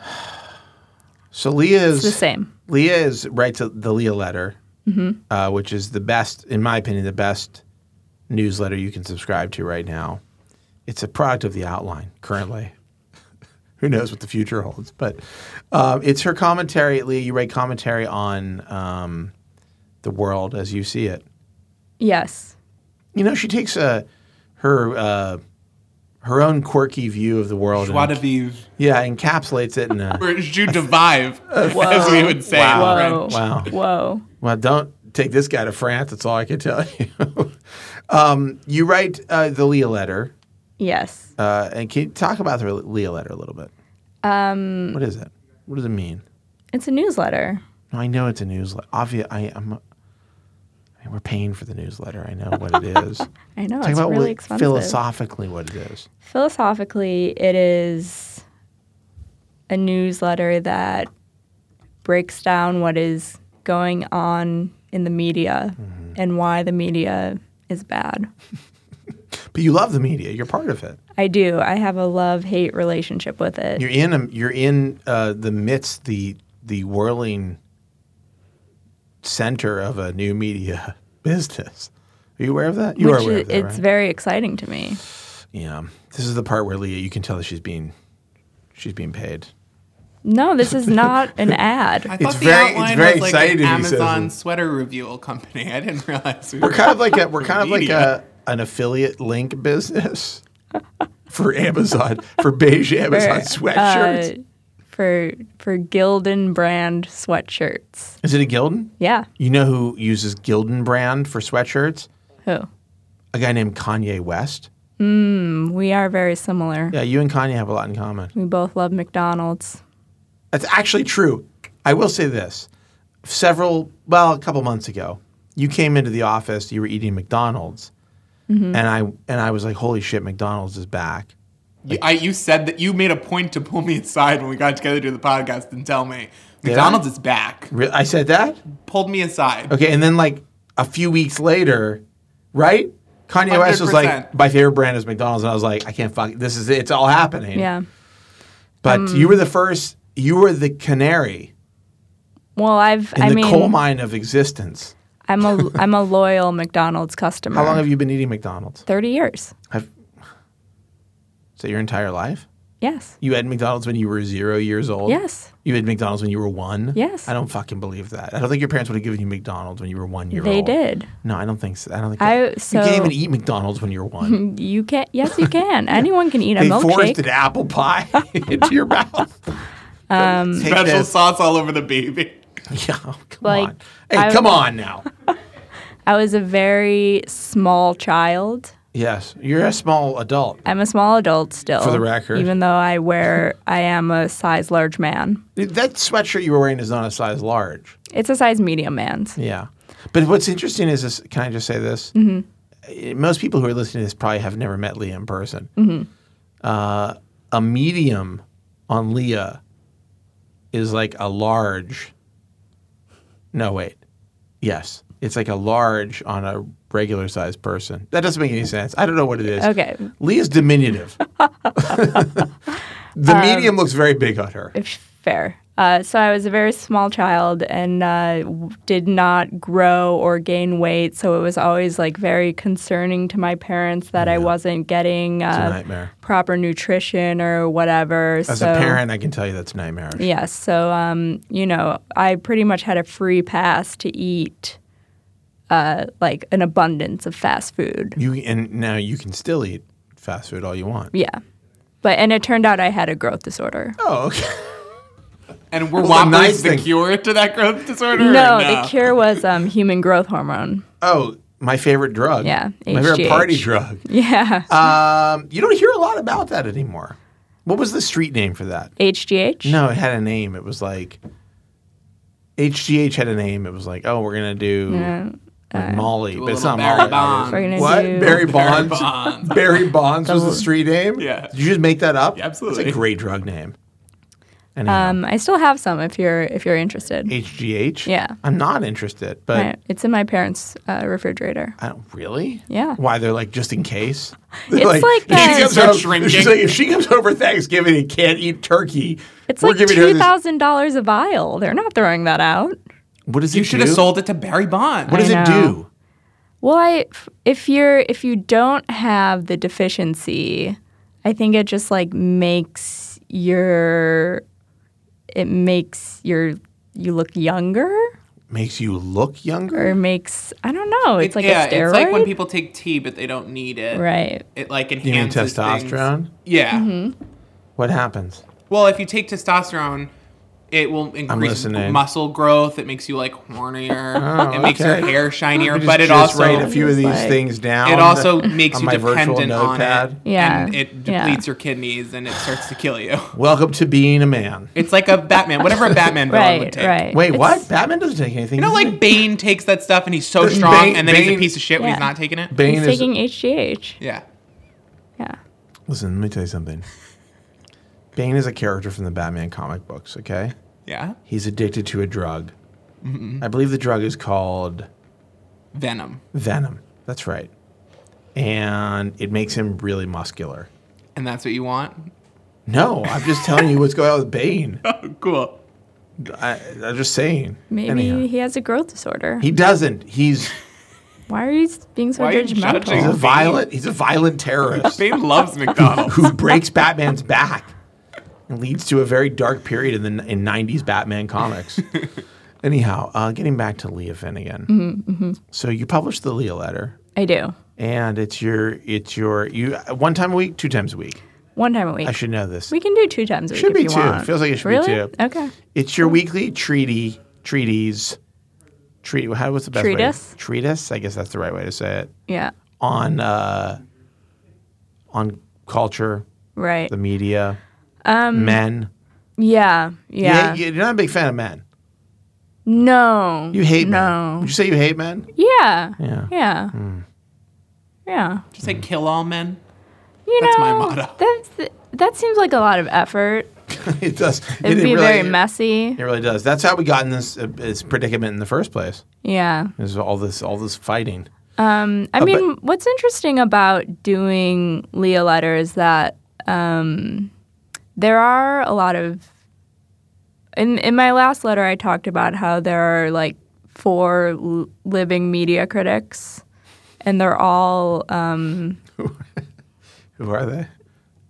So Leah is it's the same. Mm-hmm. Leah is writes a, the Leah letter, uh, which is the best, in my opinion, the best newsletter you can subscribe to right now. It's a product of the outline currently. Who knows what the future holds? But um, it's her commentary. Leah, you write commentary on um, the world as you see it. Yes. You know, she takes uh, her uh, her own quirky view of the world. Joie de and, vivre. yeah, encapsulates it in a Or jus de vive, as Whoa. we would say Wow. in Whoa. French. Wow. Whoa. Well, don't take this guy to France. That's all I can tell you. um, you write uh, the Leah letter, Yes. uh, and can you talk about the Leah letter a little bit? Um, what is it? What does it mean? It's a newsletter. No, I know it's a newsletter. Obvious. I, I'm. I mean, we're paying for the newsletter. I know what it is. I know. Talk it's about really what, expensive. philosophically what it is. philosophically, it is a newsletter that breaks down what is going on in the media Mm-hmm. and why the media is bad. But you love the media. You're part of it. I do. I have a love hate relationship with it. You're in. A, you're in uh, the midst the the whirling center of a new media business. Are you aware of that? You are which aware i- of that, it's right? very exciting to me. Yeah, this is the part where Leah, you can tell that she's being, she's being paid. No, this is not an ad. I thought It's the very- it's outline very was like exciting, an he says Amazon it. sweater reveal company. I didn't realize we We're kind of like a, we're kind of like a, Media. an affiliate link business for Amazon for beige Amazon For, sweatshirts. uh, for for Gildan brand sweatshirts. Is it a Gildan? Yeah. You know who uses Gildan brand for sweatshirts? Who? A guy named Kanye West. Um, We are very similar. Yeah, you and Kanye have a lot in common. We both love McDonald's. That's actually true. I will say this. Several, well, a couple months ago, you came into the office, you were eating McDonald's. Mm-hmm. And I and I was like, "Holy shit, McDonald's is back." You, I, you said that you made a point to pull me aside when we got together to do the podcast and tell me McDonald's is back. Re- I said that? Pulled me aside. Okay, and then like a few weeks later, right? Kanye West was like, 100%. "My favorite brand is McDonald's." And I was like, "I can't fuck this is it. it's all happening." Yeah. Um, But you were the first, you were the canary Well, I've in I the mean coal mine of existence. I'm a I'm a loyal McDonald's customer. How long have you been eating McDonald's? 30 years. Have, is that your entire life? Yes. You had McDonald's when you were zero years old? Yes. You had McDonald's when you were one? Yes. I don't fucking believe that. I don't think your parents would have given you McDonald's when you were one year They old. did. No, I don't think so. I don't think I- that- you so- can't even eat McDonald's when you're one. You can Yes, you can. Anyone can eat a they forced milkshake. an apple pie into your mouth. Um, Take Special this. sauce all over the baby. Yeah, oh, come Like, on. Hey, I- come on now. I was a very small child. yes, you're a small adult. I'm a small adult still. For the record. Even though I wear I am a size large man. That sweatshirt you were wearing is not a size large. It's a size medium man's. Yeah. But what's interesting is this can I just say this? Mm-hmm. Most people who are listening to this probably have never met Leah in person. Mm-hmm. Uh, a medium on Leah is like a large. No, wait. Yes. It's like a large on a regular sized person. That doesn't make any sense. I don't know what it is. Okay. Leah's diminutive. the Um, medium looks very big on her. If fair. Uh, so I was a very small child and uh, w- did not grow or gain weight. So it was always like very concerning to my parents that I wasn't getting It's a uh, nightmare. proper nutrition or whatever. As so a parent, I can tell you that's nightmarish. Yes. So, um, you know, I pretty much had a free pass to eat uh, like an abundance of fast food. You and now you can still eat fast food all you want. Yeah. But, and it turned out I had a growth disorder. Oh, okay. And were Well, the Whoppers nice the thing- cure to that growth disorder? or No, the cure was um, human growth hormone. Oh, my favorite drug. Yeah, my favorite HGH. party drug. Yeah. Um, you don't hear a lot about that anymore. What was the street name for that? HGH? No, it had a name. It was like HGH had a name. It was like, oh, we're gonna do Uh, like Molly, Do a but it's little not Barry Molly. Bonds. We're gonna What? do Barry Bonds. Bonds. Barry Bonds was the street name. Yeah. Did you just make that up? Yeah, absolutely. It's a great drug name. Anyhow, Um, I still have some if you're if you're interested. HGH. Yeah. I'm not interested, but My- it's in my parents' uh, refrigerator. I don't really. Yeah. Why they're like just in case. It's like uh, if that- she comes Start over, shrinking. She's like if she comes over Thanksgiving and can't eat turkey, It's we're like giving her two this. thousand dollars a vial. They're not throwing that out. What does it You should do? have sold it to Barry Bonds. What does I it know. do? Well, I, if you're if you don't have the deficiency, I think it just like makes your it makes your you look younger Makes you look younger. or makes I don't know. It's like yeah, a steroid, it's like when people take tea but they don't need it. right? Mm-hmm. It like enhances You mean things. testosterone? Yeah. What happens? Well, if you take testosterone, it will increase listening. muscle growth. It makes you like hornier. Oh, it makes your okay. hair shinier, Just- but it just also write a few of It's these like- things down. it also makes on you my virtual dependent on it. notepad. Yeah, And it yeah. depletes your kidneys and it starts to kill you. Welcome to being a man. It's like a Batman, whatever a Batman villain would Right, take. right. Wait, It's- what? Batman doesn't take anything. You know, does like Bane takes that stuff and he's so Doesn't strong, Bane- and then he's Bane- a piece of shit when he's Yeah. not taking it. he? Bane He's is. taking HGH. Yeah. Yeah. Listen, let me tell you something. Bane is a character from the Batman comic books. Okay. Yeah. He's addicted to a drug. Mm-hmm. I believe the drug is called Venom. venom. That's right. And it makes him really muscular. And that's what you want? No, I'm just telling you what's going on with Bane. cool. I, I'm just saying. Maybe Anyhow. he has a growth disorder. he doesn't. He's Why are you s- being so Why are you judgmental? he's judging? a Bane. violent. He's a violent terrorist Bane loves McDonald's. who breaks Batman's back and leads to a very dark period in the in 90s Batman comics. Anyhow, uh, getting back to Leah Finnegan. Mm-hmm, So you published the Leah letter, I do. and it's your it's your you one time a week, two times a week. One time a week. I should know this. we can do two times a week. Should if be you two. Want. Feels like it should be really? two. Okay. It's your weekly treaty treaties. Treat. How what's the best Treatise? way? Treatise. I guess that's the right way to say it. Yeah. On uh, on culture, Right. the media, um, men. Yeah. Yeah. You, are not a big fan of men. no. You hate men. no. Would you say you hate men? Yeah. Yeah. Hmm. Yeah. Yeah. Just say kill all men. You That's know, my motto. That's th- that seems like a lot of effort. it does. It'd it be really- very messy. It really does. That's how we got in this, uh, this predicament in the first place. Yeah. Is all this all this fighting? Uh, I mean, what's interesting about doing Leah letter is that um, there are a lot of. In in my last letter, I talked about how there are like four l- living media critics, and they're all um, Who are they?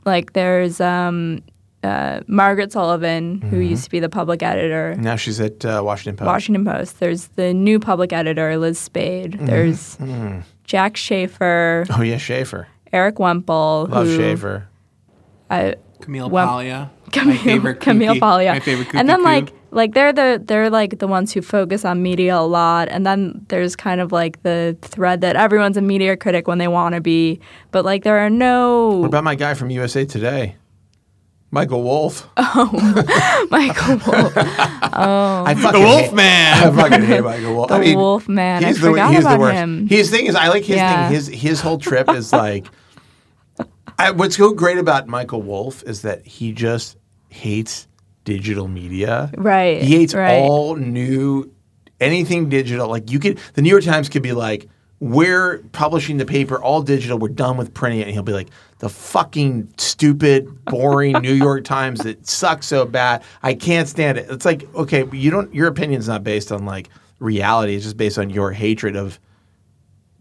like there's um, uh, Margaret Sullivan, who Mm-hmm. used to be the public editor. Now she's at uh, Washington Post. Washington Post. There's the new public editor, Liz Spade. Mm-hmm. There's Jack Schaefer, Oh yeah, Schaefer. Eric Wemple. Love who, Schaefer. I, Camille Well, Paglia. Camille, my favorite Camille kooky- Paglia. My favorite and then kooky like koo. like they're the they're like the ones who focus on media a lot. And then there's kind of like the thread that everyone's a media critic when they want to be, but like there are no What about my guy from USA Today? Michael Wolf. Oh, Michael Wolf, I the fucking hate- I Wolfman. fucking hate Michael Wolf. the I mean, Wolf Man. I he's the, forgot he's the about worst. him. His thing is, I like his Yeah. thing. His his whole trip is like. I, what's so great about Michael Wolf is that he just hates digital media. Right, He hates right. all new anything digital. Like you could, the New York Times could be like. We're publishing the paper all digital. We're done with printing it. And he'll be like, the fucking stupid, boring New York Times that sucks so bad. I can't stand it. It's like, okay, but you don't, your opinion's not based on like reality. It's just based on your hatred of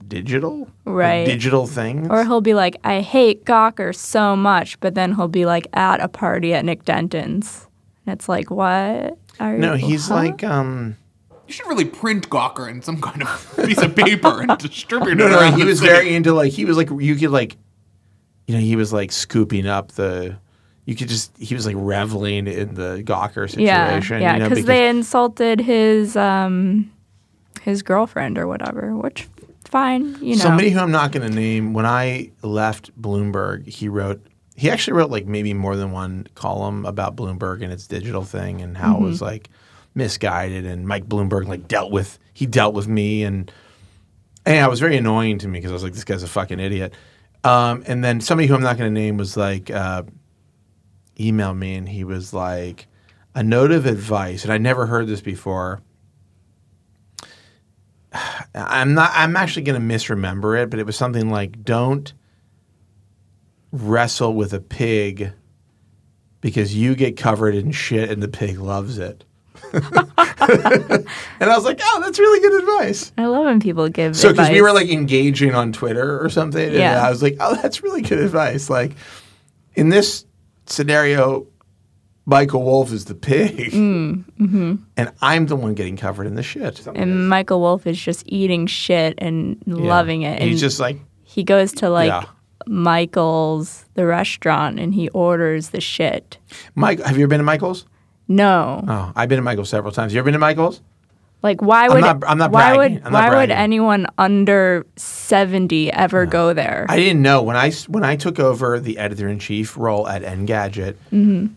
digital, Or Right. digital things. Or he'll be like, I hate Gawker so much, but then he'll be like at a party at Nick Denton's. And it's like, what? Are No, you- he's huh? like um You should really print Gawker in some kind of piece of paper and distribute it no, around. he the was city. very into like he was like you could like you know, he was like scooping up the you could just he was like reveling in the Gawker yeah, situation. yeah, you know, because they insulted his um, his girlfriend or whatever, which fine, you know. somebody who I'm not gonna name, when I left Bloomberg, he wrote he actually wrote like maybe more than one column about Bloomberg and its digital thing and how Mm-hmm. it was like misguided and Mike Bloomberg like dealt with he dealt with me and And it was very annoying to me because I was like, this guy's a fucking idiot. Um, and then somebody who I'm not going to name was like, uh, emailed me and he was like, a note of advice, and I never heard this before. I'm not. I'm actually going to misremember it, but it was something like, "Don't wrestle with a pig because you get covered in shit and the pig loves it." and I was like, "Oh, that's really good advice." I love when people give So because advice. we were like engaging on Twitter or something, and Yeah. I was like, "Oh, that's really good advice." Like in this scenario, Michael Wolf is the pig, and I'm the one getting covered in the shit. Mm, mm-hmm. and Michael Wolf is just eating shit and Yeah. loving it, and He's just like, he goes to like Yeah. Michael's the restaurant and he orders the shit. "Mike, have you ever been to Michael's?" No, Oh, I've been to Michael's several times. You ever been to Michael's? Like why would not- I'm not why bragging. would I'm not why would bragging. anyone under seventy ever go there? I didn't know when I s- when I took over the editor in chief role at Engadget.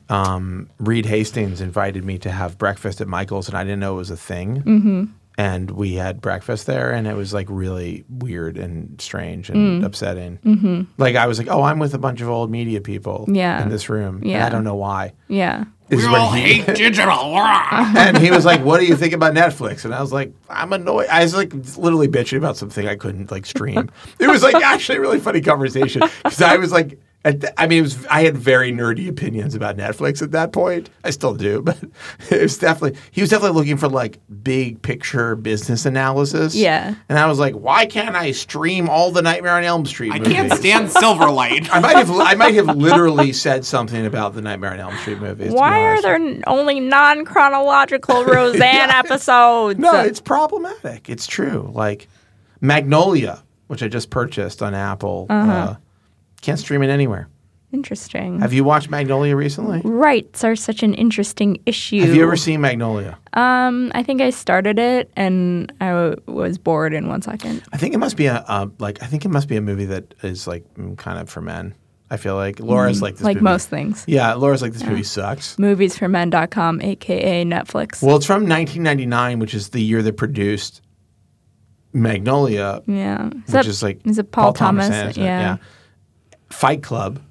Um, Reed Hastings invited me to have breakfast at Michael's, and I didn't know it was a thing. Mm-hmm. And we had breakfast there, and it was like really weird and strange and upsetting. Mm-hmm. Like I was like, "Oh, I'm with a bunch of old media people Yeah. in this room. and Yeah. I don't know why." yeah, This We is when all he- hate digital. and he was like, "What do you think about Netflix?" And I was like, "I'm annoyed." I was like, literally bitching about something I couldn't like stream. It was like actually a really funny conversation because I was like, at the, I mean, it was I had very nerdy opinions about Netflix at that point. I still do, but it was definitely he was definitely looking for like big picture business analysis. Yeah. and I was like, "Why can't I stream all the Nightmare on Elm Street?" I can't movies? stand Silverlight. I might have I might have literally said something about the Nightmare on Elm Street movies. to be why are honest. there n- only non chronological Roseanne episodes? No, it's problematic. It's true. Like Uh-huh. Magnolia, which I just purchased on Apple, uh can't stream it anywhere. Interesting. Have you watched Magnolia recently? Rights are such an interesting issue. Have you ever seen Magnolia? Um, I think I started it and I w- was bored in one second. I think it must be a uh, like. I think it must be a movie that is like mm, kind of for men. I feel like Laura's like this. Mm, like movie- most things. Yeah, Laura's like this movie sucks. Moviesformen.com, aka Netflix. Well, it's from 1999, which is the year that produced Magnolia, yeah. Is which is like is it Paul, Thomas? Anderson, yeah. Fight Club,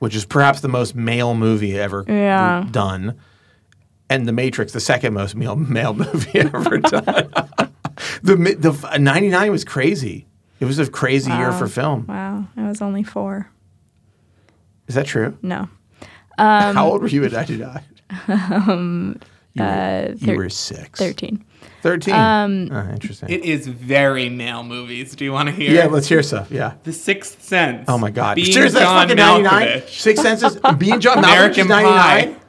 which is perhaps the most male movie ever Yeah. done, and The Matrix, the second most male male movie ever done. the mi- the 99 was crazy. It was a crazy year Um, for film. Wow. I was only four. Is that true? No. um, How old were you when I died? you, were, you uh, thir- were six. 13. 13. Um, interesting. It is very male movies. Do you want to hear? yeah, let's hear stuff. Yeah. The Sixth Sense. Oh my God! Being Seriously, that's John fucking ninety nine. Malkovich. Six Senses. Being John Malkovich is American ninety nine. Pie.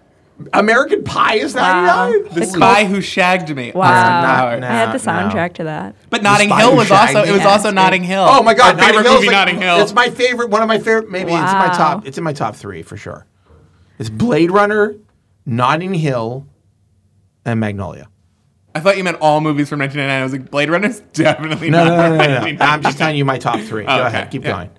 American Pie is ninety nine. The Spy Who Shagged Me. Wow. not Uh, I had now, the soundtrack now. to that. But Notting Spy Hill Who was Shagged also. Me. It was Yeah, also it's Notting Hill. Oh my God! Our favorite Hill's movie, like- Notting Hill. It's my favorite. One of my favorite. Maybe it's my Wow. top. It's in my top three for sure. It's Blade Runner, Notting Hill, and Magnolia. I thought you meant all movies from 1999. I was like, Blade Runner's definitely No, not. no, no, no, no. 1999. I'm just telling you my top three. Go Oh, okay. ahead. Keep Yeah. going.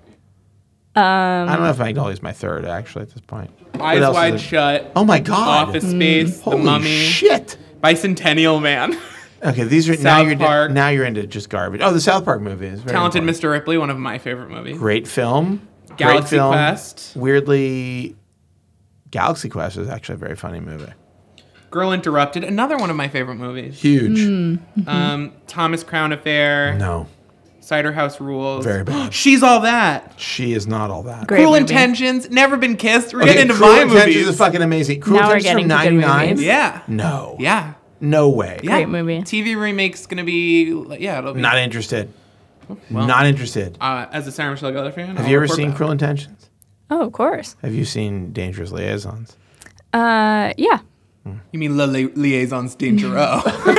Um, I don't know if Magnolia's my third actually at this point. What Eyes else is Wide it? Shut. Oh my God! Office Space. The Holy Mummy. shit! Bicentennial Man. Okay, these are now South you're Park. now you're into just garbage. Oh, the South Park movie is very Talented important. Mr. Ripley, one of my favorite movies. Great film. Great Galaxy film. Quest. Weirdly, Galaxy Quest is actually a very funny movie. Girl Interrupted, another one of my favorite movies. Huge. Um, Thomas Crown Affair, No, Cider House Rules. Very bad. She's All That. she is not all that. Great Cruel movie. Intentions, Never Been Kissed. We're Okay, getting into Cruel my Intentions movies. is Mm. fucking amazing. Cruel Now we're Intentions from getting to good 99? movies. yeah. No. Yeah. No way. Yeah. Great movie. TV remake's gonna be like, yeah, it'll be Not interested. not interested. uh, as a Sarah Michelle Gellar fan. Have I'll you ever report seen back. Cruel Intentions? Oh, of course. Have you seen Dangerous Liaisons? Uh, yeah. You mean La Li- Liaisons Dangereux?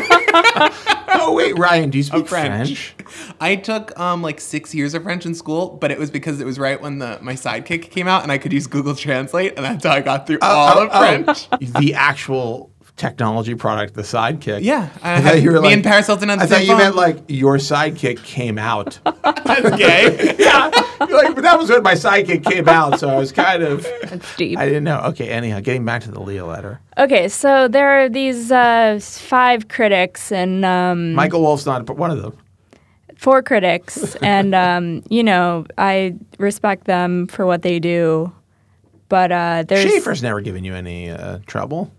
Oh wait, Ryan, do you speak French. I took um like six years of French in school, but it was because it was right when the my sidekick came out, and I could use Google Translate, and that's how I got through Oh, all of French. the actual technology product, the sidekick. Yeah, I I thought had- you were me like- and Paris Hilton on the I thought same you meant phone. like your sidekick came out. That's gay. yeah, You're like, but that was when my sidekick came out, so I was kind of. That's Mm-hmm. deep. I didn't know. Okay, anyhow, getting back to the Leah letter. Okay, so there are these uh, five critics and um, Michael Wolf's not one of them. four critics, and um, you know I respect them for what they do, but uh, there's Schaefer's never given you any uh, trouble.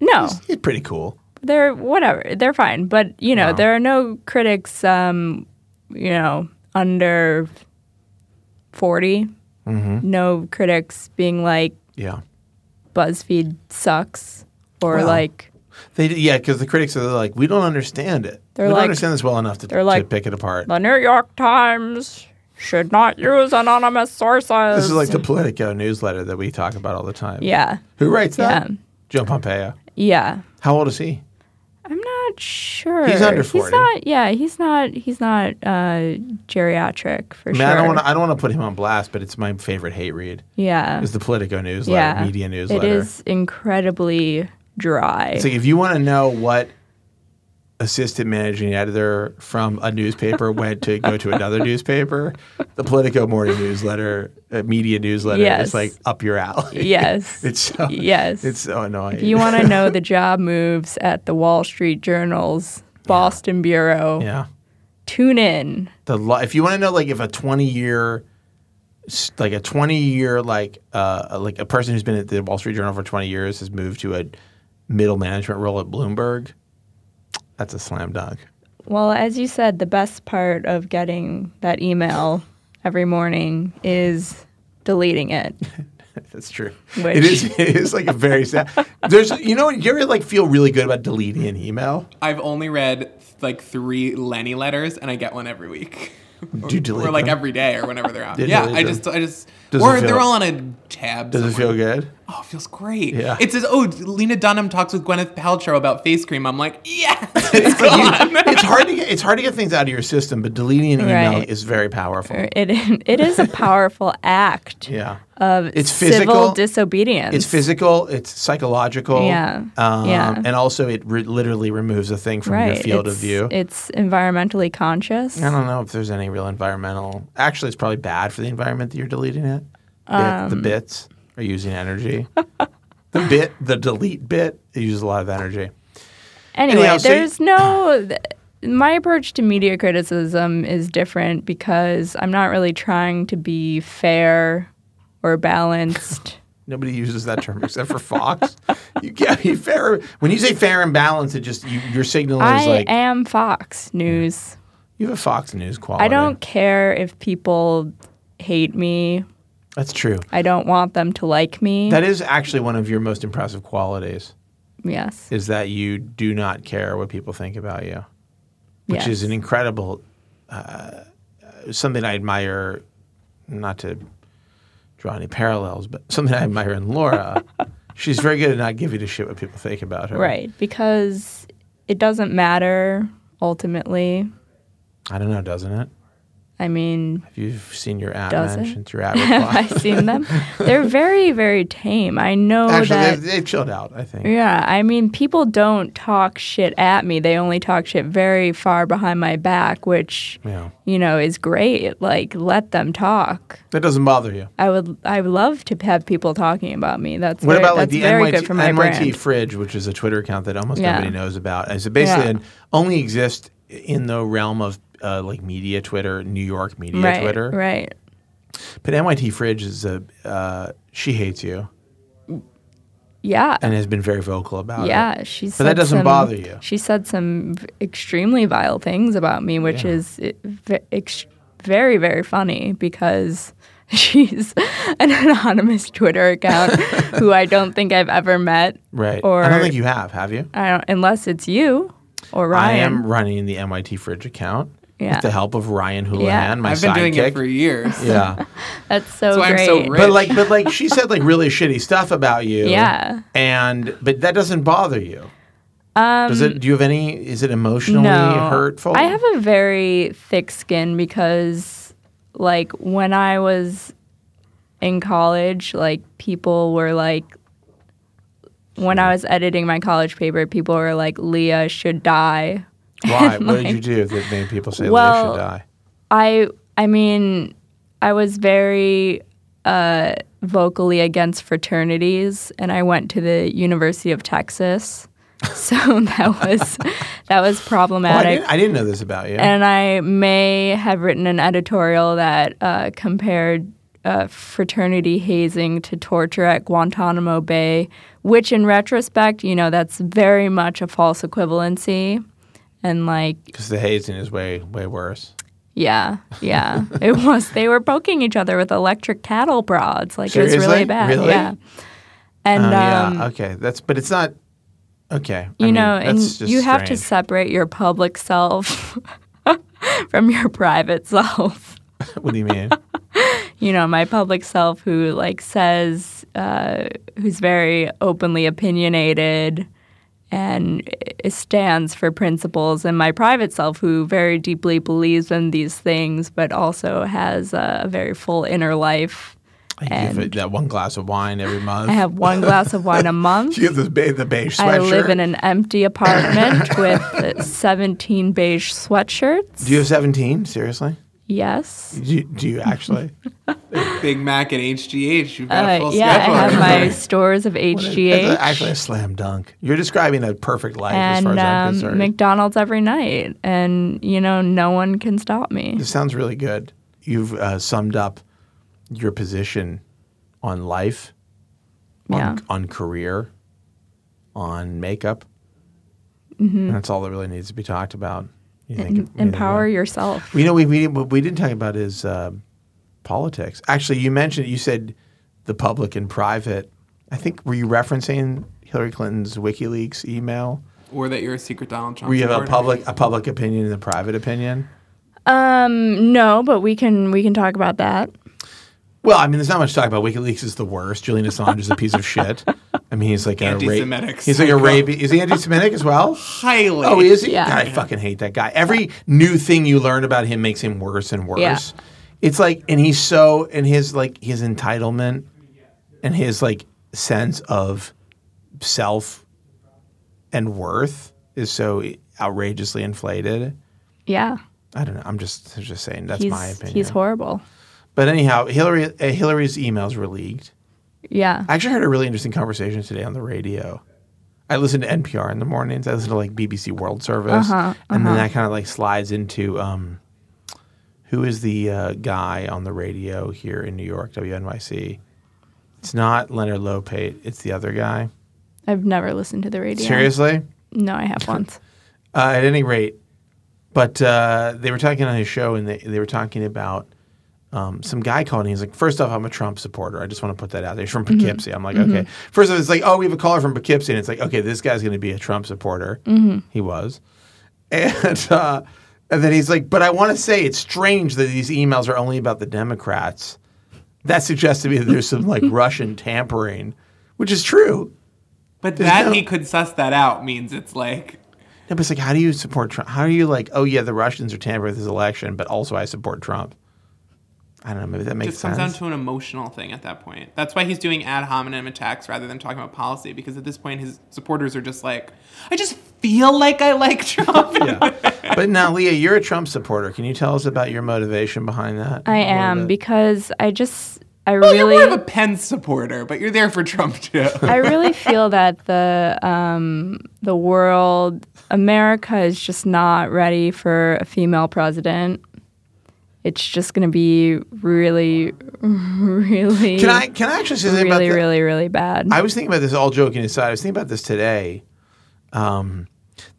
no, He's pretty cool. they're whatever, they're fine, but you know Wow. there are no critics, um, you know, under 40 Mm-hmm. No critics being like Yeah. BuzzFeed sucks or Well, like They yeah, because the critics are like, we don't understand it. They're we don't like- understand this well enough to, they're to like- pick it apart. the New York Times should not use anonymous sources. This is like the Politico newsletter that we talk about all the time. yeah, Who writes that? Yeah. Joe Pompeo. yeah. How old is he? I'm not sure. He's under 40. He's not. Yeah, he's not. He's not uh, geriatric for I, sure. mean, I don't want to. I don't want to put him on blast, but it's my favorite hate read. yeah, It's the Politico newsletter, yeah. media newsletter. It is incredibly dry. It's like if you want to know what assistant managing editor from a newspaper went to go to another newspaper, the Politico morning newsletter, uh, media newsletter is Yes. like up your alley. yes. It's so, yes. It's so annoying. if you want to know the job moves at the Wall Street Journal's Boston bureau, yeah. tune in. the lo- if you want to know like if a 20 year s- like a 20 year like uh like a person who's been at the Wall Street Journal for 20 years has moved to a middle management role at Bloomberg that's a slam dunk Well, as you said, the best part of getting that email every morning is deleting it. that's true it Which- is it is like a very sad there's you know you ever like feel really good about deleting an email I've only read like three Lenny letters, and I get one every week. Do you delete or like them? every day or whenever they're out. You yeah, delete I them. just, I just, Does it or feel- they're all on a tab. Does it somewhere. feel good? Oh, it feels great. Yeah. It says, oh, Lena Dunham talks with Gwyneth Paltrow about face cream. I'm like, yes, it's It's, like gone. you- it's hard to get it's hard to get things out of your system, but deleting an email Right. is very powerful. It, it is a powerful act Yeah. of It's physical. civil disobedience. it's physical, it's psychological. Yeah. Um, Yeah. And also, it re- literally removes a thing from right. your field it's, of view. It's environmentally conscious. I don't know if there's any real environmental. Actually, it's probably bad for the environment that you're deleting it. Bit- the Um, bits are using energy. the bit, the delete bit, it uses a lot of energy. Anyway, Anyhow, so you- there's no. th- My approach to media criticism is different because I'm not really trying to be fair or balanced. Nobody uses that term except for Fox. You can't be fair. When you say fair and balanced, it just you, your signal I is like am Fox News. you have a Fox News quality. I don't care if people hate me. That's true. I don't want them to like me. That is actually one of your most impressive qualities. yes. Is that you do not care what people think about you. which yes. is an incredible uh, uh, something I admire. Not to draw any parallels, but something I admire in Laura. She's very good at not giving a shit what people think about her. Right, because it doesn't matter ultimately. I don't know, doesn't it? I mean, If you've seen your app Does it? mentions, your app have I reply. seen them? They're very, very tame. I know Actually, that. Mm. they've, they've chilled out. I think. Yeah, I mean, people don't talk shit at me. They only talk shit very far behind my back, which, Yeah. you know, is great. Like, let them talk. That doesn't bother you. I would, I would love to have people talking about me. That's What very, about like that's the very NYT, good for my NYT brand. Fridge, which is a Twitter account that almost Yeah. nobody knows about? It's basically Yeah. an, only exists in the realm of uh, like media Twitter, New York media right, Twitter. right. But NYT Fridge is a uh, she hates you Yeah, and has been very vocal about it. yeah. She. But that said doesn't some- bother you. She said some v- extremely vile things about me, which Yeah. is i- ve- ex- very, very funny because she's an anonymous Twitter account who I don't think I've ever met. Right. Or I don't think you have, have you? I don't, unless it's you or I Ryan. am running the NYT Fridge account Yeah. with the help of Ryan Houlihan, Yeah. my I've been doing sidekick. it for years. yeah. That's so That's why I'm great. so rich. But like but like she said like really shitty stuff about you. Yeah. And but that doesn't bother you. Um, Does it do you have any is it emotionally no, hurtful? I have a very thick skin because, like, when I was in college, like, people were like, when I was editing my college paper, people were like, Leah should die. Why? what did you do that made people say Leah Well, should die? I, I mean, I was very uh, vocally against fraternities, and I went to the University of Texas. So that was that was Oh, I, problematic. didn't, I didn't know this about you. and I may have written an editorial that uh, compared uh, fraternity hazing to torture at Guantanamo Bay, which in retrospect, you know, that's very much a false equivalency. And like, Because the hazing is way, way worse. yeah, yeah, it was. They were poking each other with electric cattle prods. Like, it was Seriously? really bad. Really? Yeah. And, Oh, um, yeah, okay. That's but it's not okay. you know, and that's just you have to strange. separate your public self from your private self. what do you mean? you know, my public self who like says, uh, who's very openly opinionated and i- stands for principles, and my private self who very deeply believes in these things, but also has a very full inner life. I give it And- that one glass of wine every month. I have one glass of wine a month. you have the beige, the beige sweatshirt. I live in an empty apartment with uh, 17 beige sweatshirts. do you have seventeen? Seriously? yes. Do you, do you actually? Big Mac and HGH. You've got a Uh, full yeah, schedule. I have my stores of That's HGH. actually a slam dunk. You're describing a perfect life as and far as I'm um, concerned. McDonald's every night, and you know no one can stop me. this sounds really good. You've uh, summed up your position on life, Yeah. on, on career, on makeup. And that's all that really needs to be talked about. You think- you think Mm-hmm. Empower about- yourself. You know, we, we what we didn't talk about is uh, politics. Actually, you mentioned you said the public and private. I think were you referencing Hillary Clinton's WikiLeaks email? or that you're a secret Donald Trump. Where you have a supporter. public a public opinion and a private opinion. Um, no, but we can we can talk about that. Well, I mean, there's not much to talk about. WikiLeaks is the worst. Julian Assange is a piece of shit. I mean, he's like a Anti-Semitic He's like a psycho. rabid. Is he anti-Semitic as well? Highly. Oh, is he? Yeah. God, I fucking hate that guy. Every new thing you learn about him makes him worse and worse. Yeah. It's like, and he's so, and his like his entitlement, and his like sense of self and worth is so outrageously inflated. Yeah, I don't know. I'm just I'm just saying that's he's my opinion. he's horrible. But anyhow, Hillary uh, Hillary's emails were leaked. Yeah, I actually heard a really interesting conversation today on the radio. I listen to NPR in the mornings. I listen to like BBC World Service, Uh-huh, and then that kind of like slides into um, who is the uh, guy on the radio here in New York, WNYC? It's not Leonard Lopate. It's the other guy. I've never listened to the radio. Seriously, No, I have once. uh, at any rate. But uh, they were talking on his show, and they, they were talking about um, some guy called, and he's like, first off, I'm a Trump supporter. I just want to put that out there. He's from Poughkeepsie. I'm like, okay. First off, it's like, oh, we have a caller from Poughkeepsie, and it's like, okay, this guy's going to be a Trump supporter. He was, and uh, and then he's like, but I want to say it's strange that these emails are only about the Democrats. That suggests to me that there's some like Russian tampering, which is true. But that no- he could suss that out means it's like No, but it's like, how do you support Trump? How are you like, oh yeah, the Russians are tampering with his election, but also I support Trump? I don't know. Maybe that it makes just comes sense. down to an emotional thing at that point. That's why he's doing ad hominem attacks rather than talking about policy because at this point his supporters are just like, I just feel like I like Trump. yeah. But now, Leah, you're a Trump supporter. Can you tell us about your motivation behind that? I A little am bit? because I just I Well, really You're more of a Pence supporter, but you're there for Trump too. I really feel that the um, the world, America, is just not ready for a female president. It's just going to be really, really, Can I can I actually say something about really, the, really, really bad. I was thinking about this. All joking aside, I was thinking about this today. Um,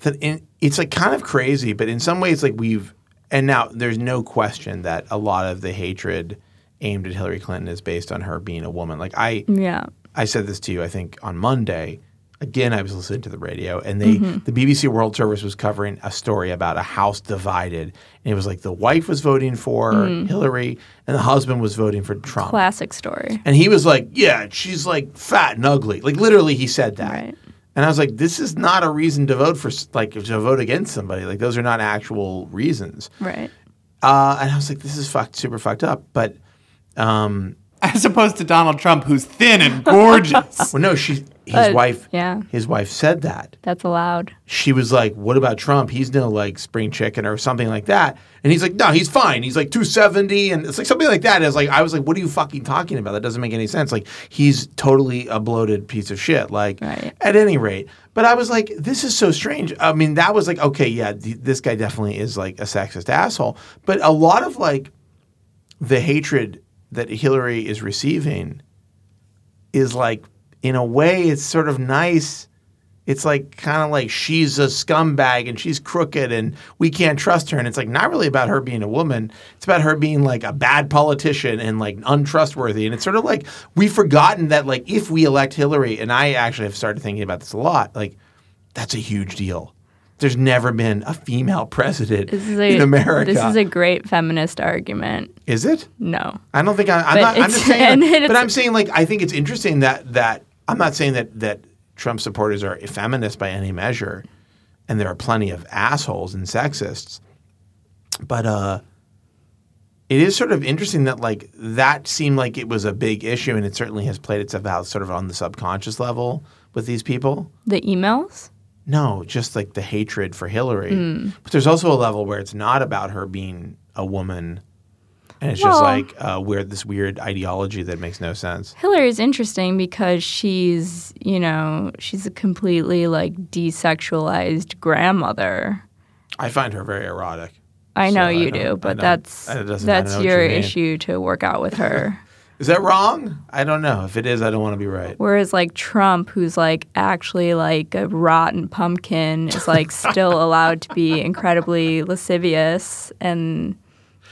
that in, it's like kind of crazy, but in some ways, like we've and now there's no question that a lot of the hatred aimed at Hillary Clinton is based on her being a woman. Like I, yeah, I said this to you, I think, on Monday. Again, I was listening to the radio, and they Mm-hmm. the BBC World Service was covering a story about a house divided, and it was like the wife was voting for Mm. Hillary, and the husband was voting for Trump. classic story. And he was like, "Yeah, she's like fat and ugly." Like literally, he said that. Right. And I was like, "This is not a reason to vote for s- like to vote against somebody. Like those are not actual reasons." Right. Uh, and I was like, "This is fucked, super fucked up." But As opposed to Donald Trump, who's thin and gorgeous. well, no, she his But, wife. Uh, yeah. his wife said that. That's allowed. she was like, "What about Trump? He's no like spring chicken or something like that." And he's like, "No, he's fine. He's like 270 and it's like something like that." And I was like, "I was like, what are you fucking talking about? That doesn't make any sense. Like, he's totally a bloated piece of shit. Like, Right. at any rate." But I was like, "This is so strange." I mean, that was like, okay, yeah, th- this guy definitely is like a sexist asshole. But a lot of like the hatred that Hillary is receiving is like in a way it's sort of nice it's like kind of like she's a scumbag and she's crooked and we can't trust her and it's like not really about her being a woman it's about her being like a bad politician and like untrustworthy and it's sort of like we've forgotten that like if we elect hillary and i actually have started thinking about this a lot like that's a huge deal there's never been a female president This is a, in america This is a great feminist argument. is it No. I don't think I, I'm But not. I'm it's- just saying. and like- it's- but I'm saying like I think it's interesting that that I'm not saying that that Trump supporters are feminist by any measure, and there are plenty of assholes and sexists, but uh, it is sort of interesting that like that seemed like it was a big issue, and it certainly has played itself out sort of on the subconscious level with these people. The emails? No, just like the hatred for Hillary. Hmm. But there's also a level where it's not about her being a woman, and it's just Well- like uh, we're this weird ideology that makes no sense. Hillary is interesting because she's, you know, she's a completely like desexualized grandmother. I find her very erotic. I So know I you don't- I do, but don't- that's I doesn't- I that's know what your you mean. issue to work out with her. Is that wrong? I don't know. If it is, I don't want to be right. Whereas like Trump, who's like actually like a rotten pumpkin, is like still allowed to be incredibly lascivious and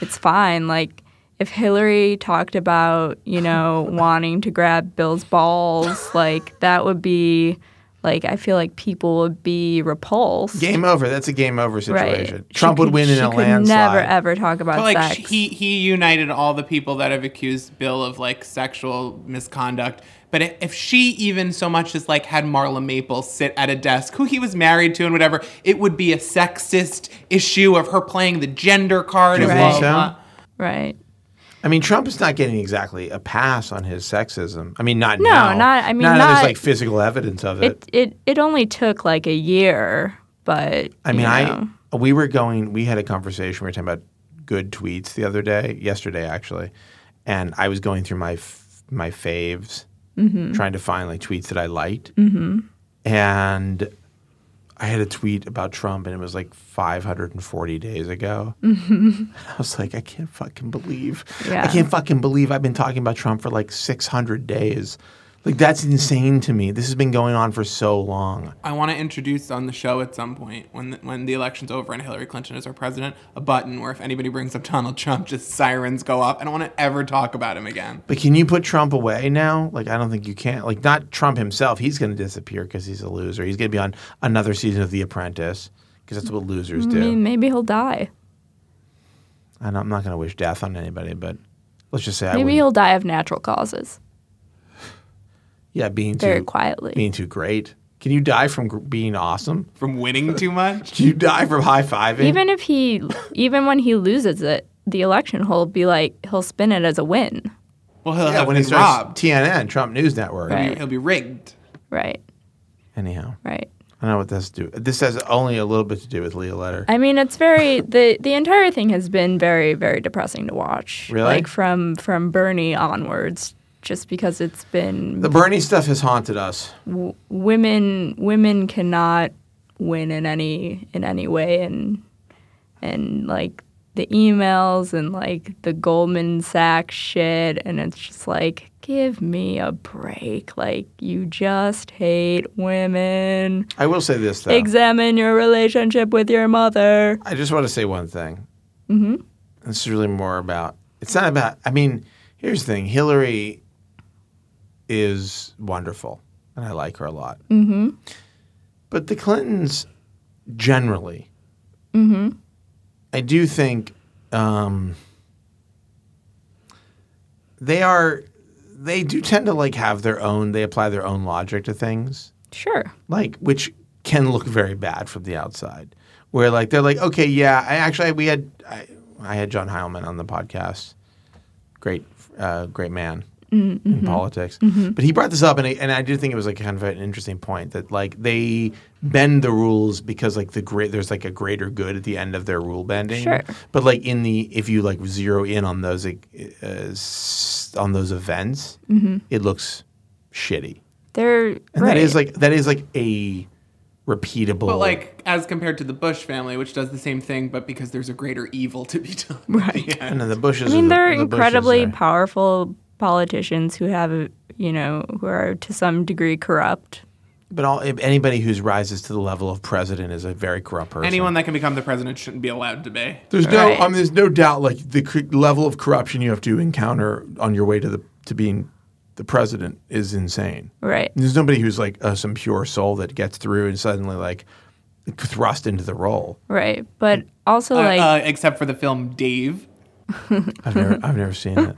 it's fine. Like if Hillary talked about, you know, wanting to grab Bill's balls, like that would be like I feel like people would be repulsed. Game over. That's a game over situation. Right. She Trump would could- win in she a could landslide. Never ever talk about But like sex. sh- he he united all the people that have accused Bill of like sexual misconduct. But i- if she even so much as like had Marla Maple sit at a desk, who he was married to and whatever, it would be a sexist issue of her playing the gender card. You and think blah, blah, so? blah. right. I mean, Trump is not getting exactly a pass on his sexism. I mean, not no, not- I mean, now that there's not- like physical evidence of it. It it it only took like a year, but I mean, you I know, we were going. We had a conversation. We were talking about good tweets the other day, yesterday actually, and I was going through my f- my faves, trying to find like tweets that I liked, and I had a tweet about Trump, and it was like 540 days ago. I was like, I can't fucking believe. Yeah. I can't fucking believe I've been talking about Trump for like 600 days. Like that's insane to me. This has been going on for so long. I want to introduce on the show at some point when the, when the election's over and Hillary Clinton is our president, a button where if anybody brings up Donald Trump, just sirens go off. I don't want to ever talk about him again. But can you put Trump away now? Like, I don't think you can. Like, not Trump himself. He's going to disappear because he's a loser. He's going to be on another season of The Apprentice because that's what losers I mean, do. maybe he'll die. And I'm not going to wish death on anybody, but let's just say I Maybe would. he'll die of natural causes, Yeah, being very too quietly. being too great. Can you die from gr- being awesome? From winning too much. Can you die from high fiving? even if he, even when he loses it, the election, he'll be like he'll spin it as a win, Well, he'll yeah, have when he been starts robbed. TNN, Trump News Network. Right. He'll be rigged. right? Anyhow, Right. I don't know what this do. This has only a little bit to do with Leah Letter. I mean, it's very the the entire thing has been very very depressing to watch. Really? like from from Bernie onwards, just because it's been the Bernie stuff has haunted us. w- women women cannot win in any in any way, and and like the emails and like the Goldman Sachs shit, and it's just like give me a break. Like you just hate women. I will say this though. Examine your relationship with your mother. I just want to say one thing. Mm-hmm. This is really more about. It's not about. I mean, here's the thing. Hillary is wonderful, and I like her a lot. Mm-hmm. But the Clintons, generally, mm-hmm. I do think um, they are. They do tend to like have their own. They apply their own logic to things Sure. like which can look very bad from the outside. Where like they're like, okay, yeah, I actually we had I, I had John Heilman on the podcast, great uh, great man in politics, but he brought this up, and I, and I did think it was like kind of an interesting point that like they bend the rules because like the great there's like a greater good at the end of their rule bending, Sure. but like in the if you like zero in on those like, uh, s- on those events, it looks shitty. They're And that is like that is like a repeatable. But like as compared to the Bush family, which does the same thing, but because there's a greater evil to be done. Right. Yeah. and then the bushes. I mean, the, they're the bushes incredibly are- powerful politicians who have, you know, who are to some degree corrupt. but all, if anybody who rises to the level of president is a very corrupt person. Anyone that can become the president shouldn't be allowed to be. There's no. Right. I mean, there's no doubt. Like the cr- level of corruption you have to encounter on your way to the to being the president is insane. Right. There's nobody who's like uh, some pure soul that gets through and suddenly like thrust into the role. Right. But also, Uh, like, uh, except for the film Dave, I've never I've never seen it.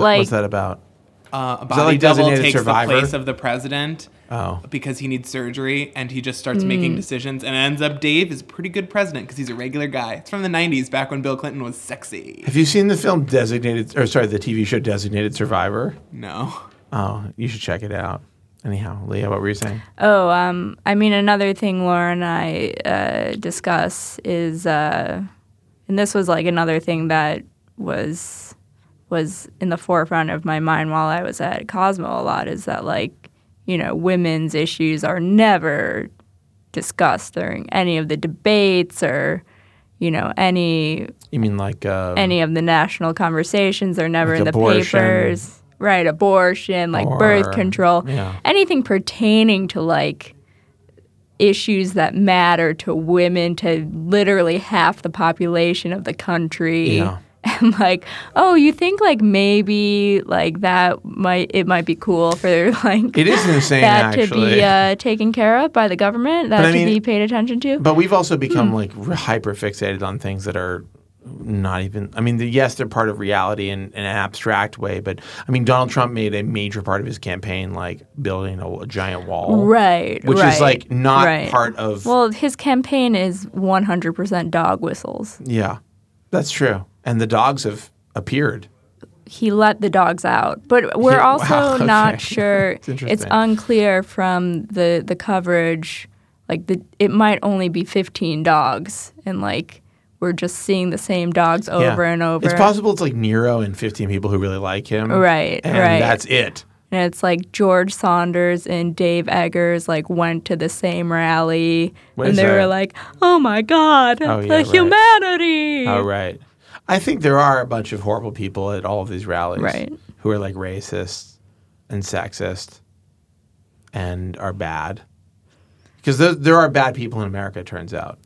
What's that- like, what's that about? uh, a that body like double Designated takes Survivor? the place of the president Oh. because he needs surgery, and he just starts Mm. making decisions, and it ends up Dave is a pretty good president because he's a regular guy. It's from the '90s, back when Bill Clinton was sexy. Have you seen the film Designated, or sorry, the TV show Designated Survivor? No. Oh, you should check it out. Anyhow, Leah, what were you saying? oh, um, I mean, another thing Laura and I uh, discuss is, uh, and this was like another thing that was was in the forefront of my mind while I was at Cosmo a lot is that like, you know, women's issues are never discussed during any of the debates or, you know, any You mean like uh, any of the national conversations. They're never Like in the abortion. papers. Right, abortion, like birth Or- control, yeah. anything pertaining to like issues that matter to women, to literally half the population of the country. Yeah. and like, oh, you think like maybe like that might it might be cool for like It is insane, that to actually. be uh, taken care of by the government, that I to mean- be paid attention to. But we've hmm. also become like like hyper fixated on things that are not even. I mean, the, yes, they're part of reality in, in an abstract way, but I mean, Donald Trump made a major part of his campaign like building a, a giant wall, right, Which right, is like not right. part of. Well, his campaign is 100% dog whistles. yeah, that's true. And the dogs have appeared. He let the dogs out, but we're Yeah, also wow, okay. not sure. It's it's interesting. unclear from the the coverage. Like the, it might only be 15 dogs, and like we're just seeing the same dogs Yeah. over and over. It's possible it's like Nero and 15 people who really like him. Right, And right. that's it. And it's like George Saunders and Dave Eggers like went to the same rally, What and is they that? were like, "Oh my God, Oh, the yeah, right. humanity!" Oh, right. I think there are a bunch of horrible people at all of these rallies Right. who are like racist and sexist and are bad. Because th- there are bad people in America, it turns out.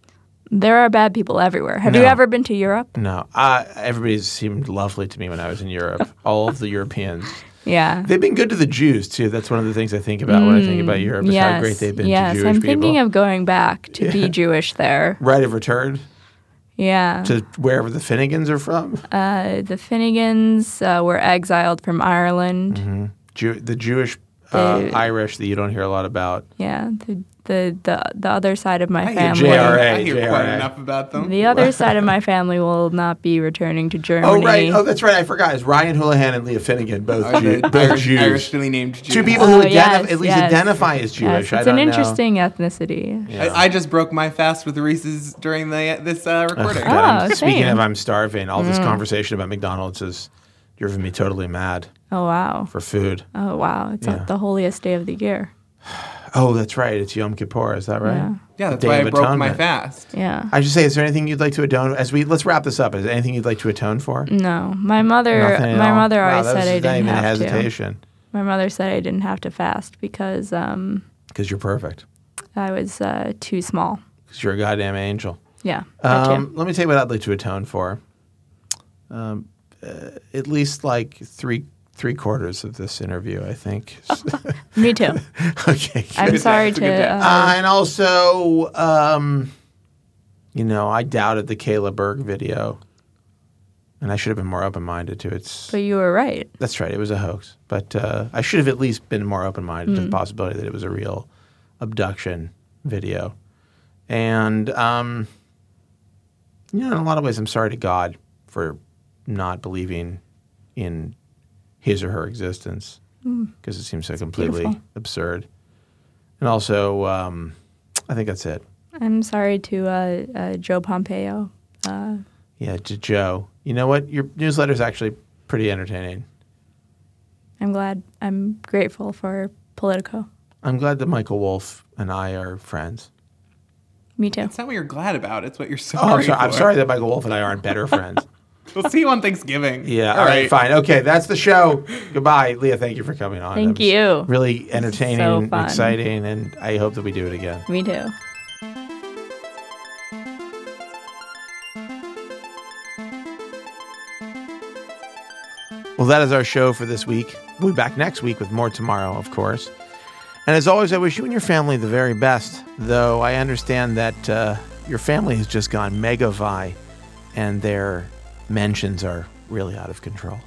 There are bad people everywhere. Have you No. ever been to Europe? No, uh, everybody seemed lovely to me when I was in Europe. all of the Europeans. Yeah. They've been good to the Jews, too. That's one of the things I think about when I think about Europe is how great they've been Mm, yes. to Jewish I'm people. thinking of going back to be Jewish there. right of return Yeah. to wherever the Finnegans are from. Uh, the Finnegans uh, were exiled from Ireland. Mm-hmm. Jew- the Jewish uh, They- Irish that you don't hear a lot about. Yeah. The, the the the other side of my I hear, family. quite, JRA, I hear quite JRA. enough about them. The other side of my family will not be returning to Germany. Oh right! Oh, that's right. I forgot. It's Ryan Houlihan and Leah Finnegan, both, Jew- Irish, both Irish, Jews. Irishly named Jews. Two people who Oh, identi- yes, at least yes. identify as Jewish. Yes, I it's don't an know. interesting ethnicity. I, I just broke my fast with Reese's during the this uh, recording. But I'm- Oh, Mm. speaking same. of, I'm starving. All this conversation about McDonald's is driving me totally mad Oh wow! for food. Oh wow! It's Yeah. the holiest day of the year. Oh, that's right. It's Yom Kippur. Is that right? Yeah. yeah, that's Day why I of broke my Atonement. fast. Yeah. I should say, is there anything you'd like to atone? As we let's wrap this up. Is there anything you'd like to atone for? no, my mother. Nothing at My all? mother Wow, always that was said I not didn't even have a to. hesitation My mother said I didn't have to fast because um, because you're perfect. I was uh, too small. Because you're a goddamn angel. Yeah. that too. Um, let me tell you what I'd like to atone for. Um, uh, at least like three three quarters of this interview, I think. Me too. okay. good. I'm Good sorry day. It's a good to. day. Uh, Uh, and also, um, you know, I doubted the Kayla Berg video, and I should have been more open minded to its. but you were right. That's right, it was a hoax, but uh, I should have at least been more open minded to the possibility that it was a real abduction video, and um, you know, in a lot of ways, I'm sorry to God for not believing in his or her existence because it seems so completely beautiful. absurd. And also, um, I think that's it. I'm sorry to uh, uh, Joe Pompeo. Uh, Yeah, to Joe. You know what? Your newsletter's actually pretty entertaining. I'm glad. I'm grateful for Politico. I'm glad that Michael Wolf and I are friends. Me too. It's not what you're glad about. It's what you're sorry. Oh, I'm sorry. I'm for. sorry that Michael Wolf and I aren't better friends. We'll see you on Thanksgiving. Yeah. All right. Fine. Okay. That's the show. Goodbye, Leah. Thank you for coming on. Thank That was you. Really entertaining, so fun. exciting, and I hope that we do it again. Me too. Well, that is our show for this week. We'll be back next week with more tomorrow, of course. And as always, I wish you and your family the very best, though I understand that uh, your family has just gone mega vi and their mentions are really out of control.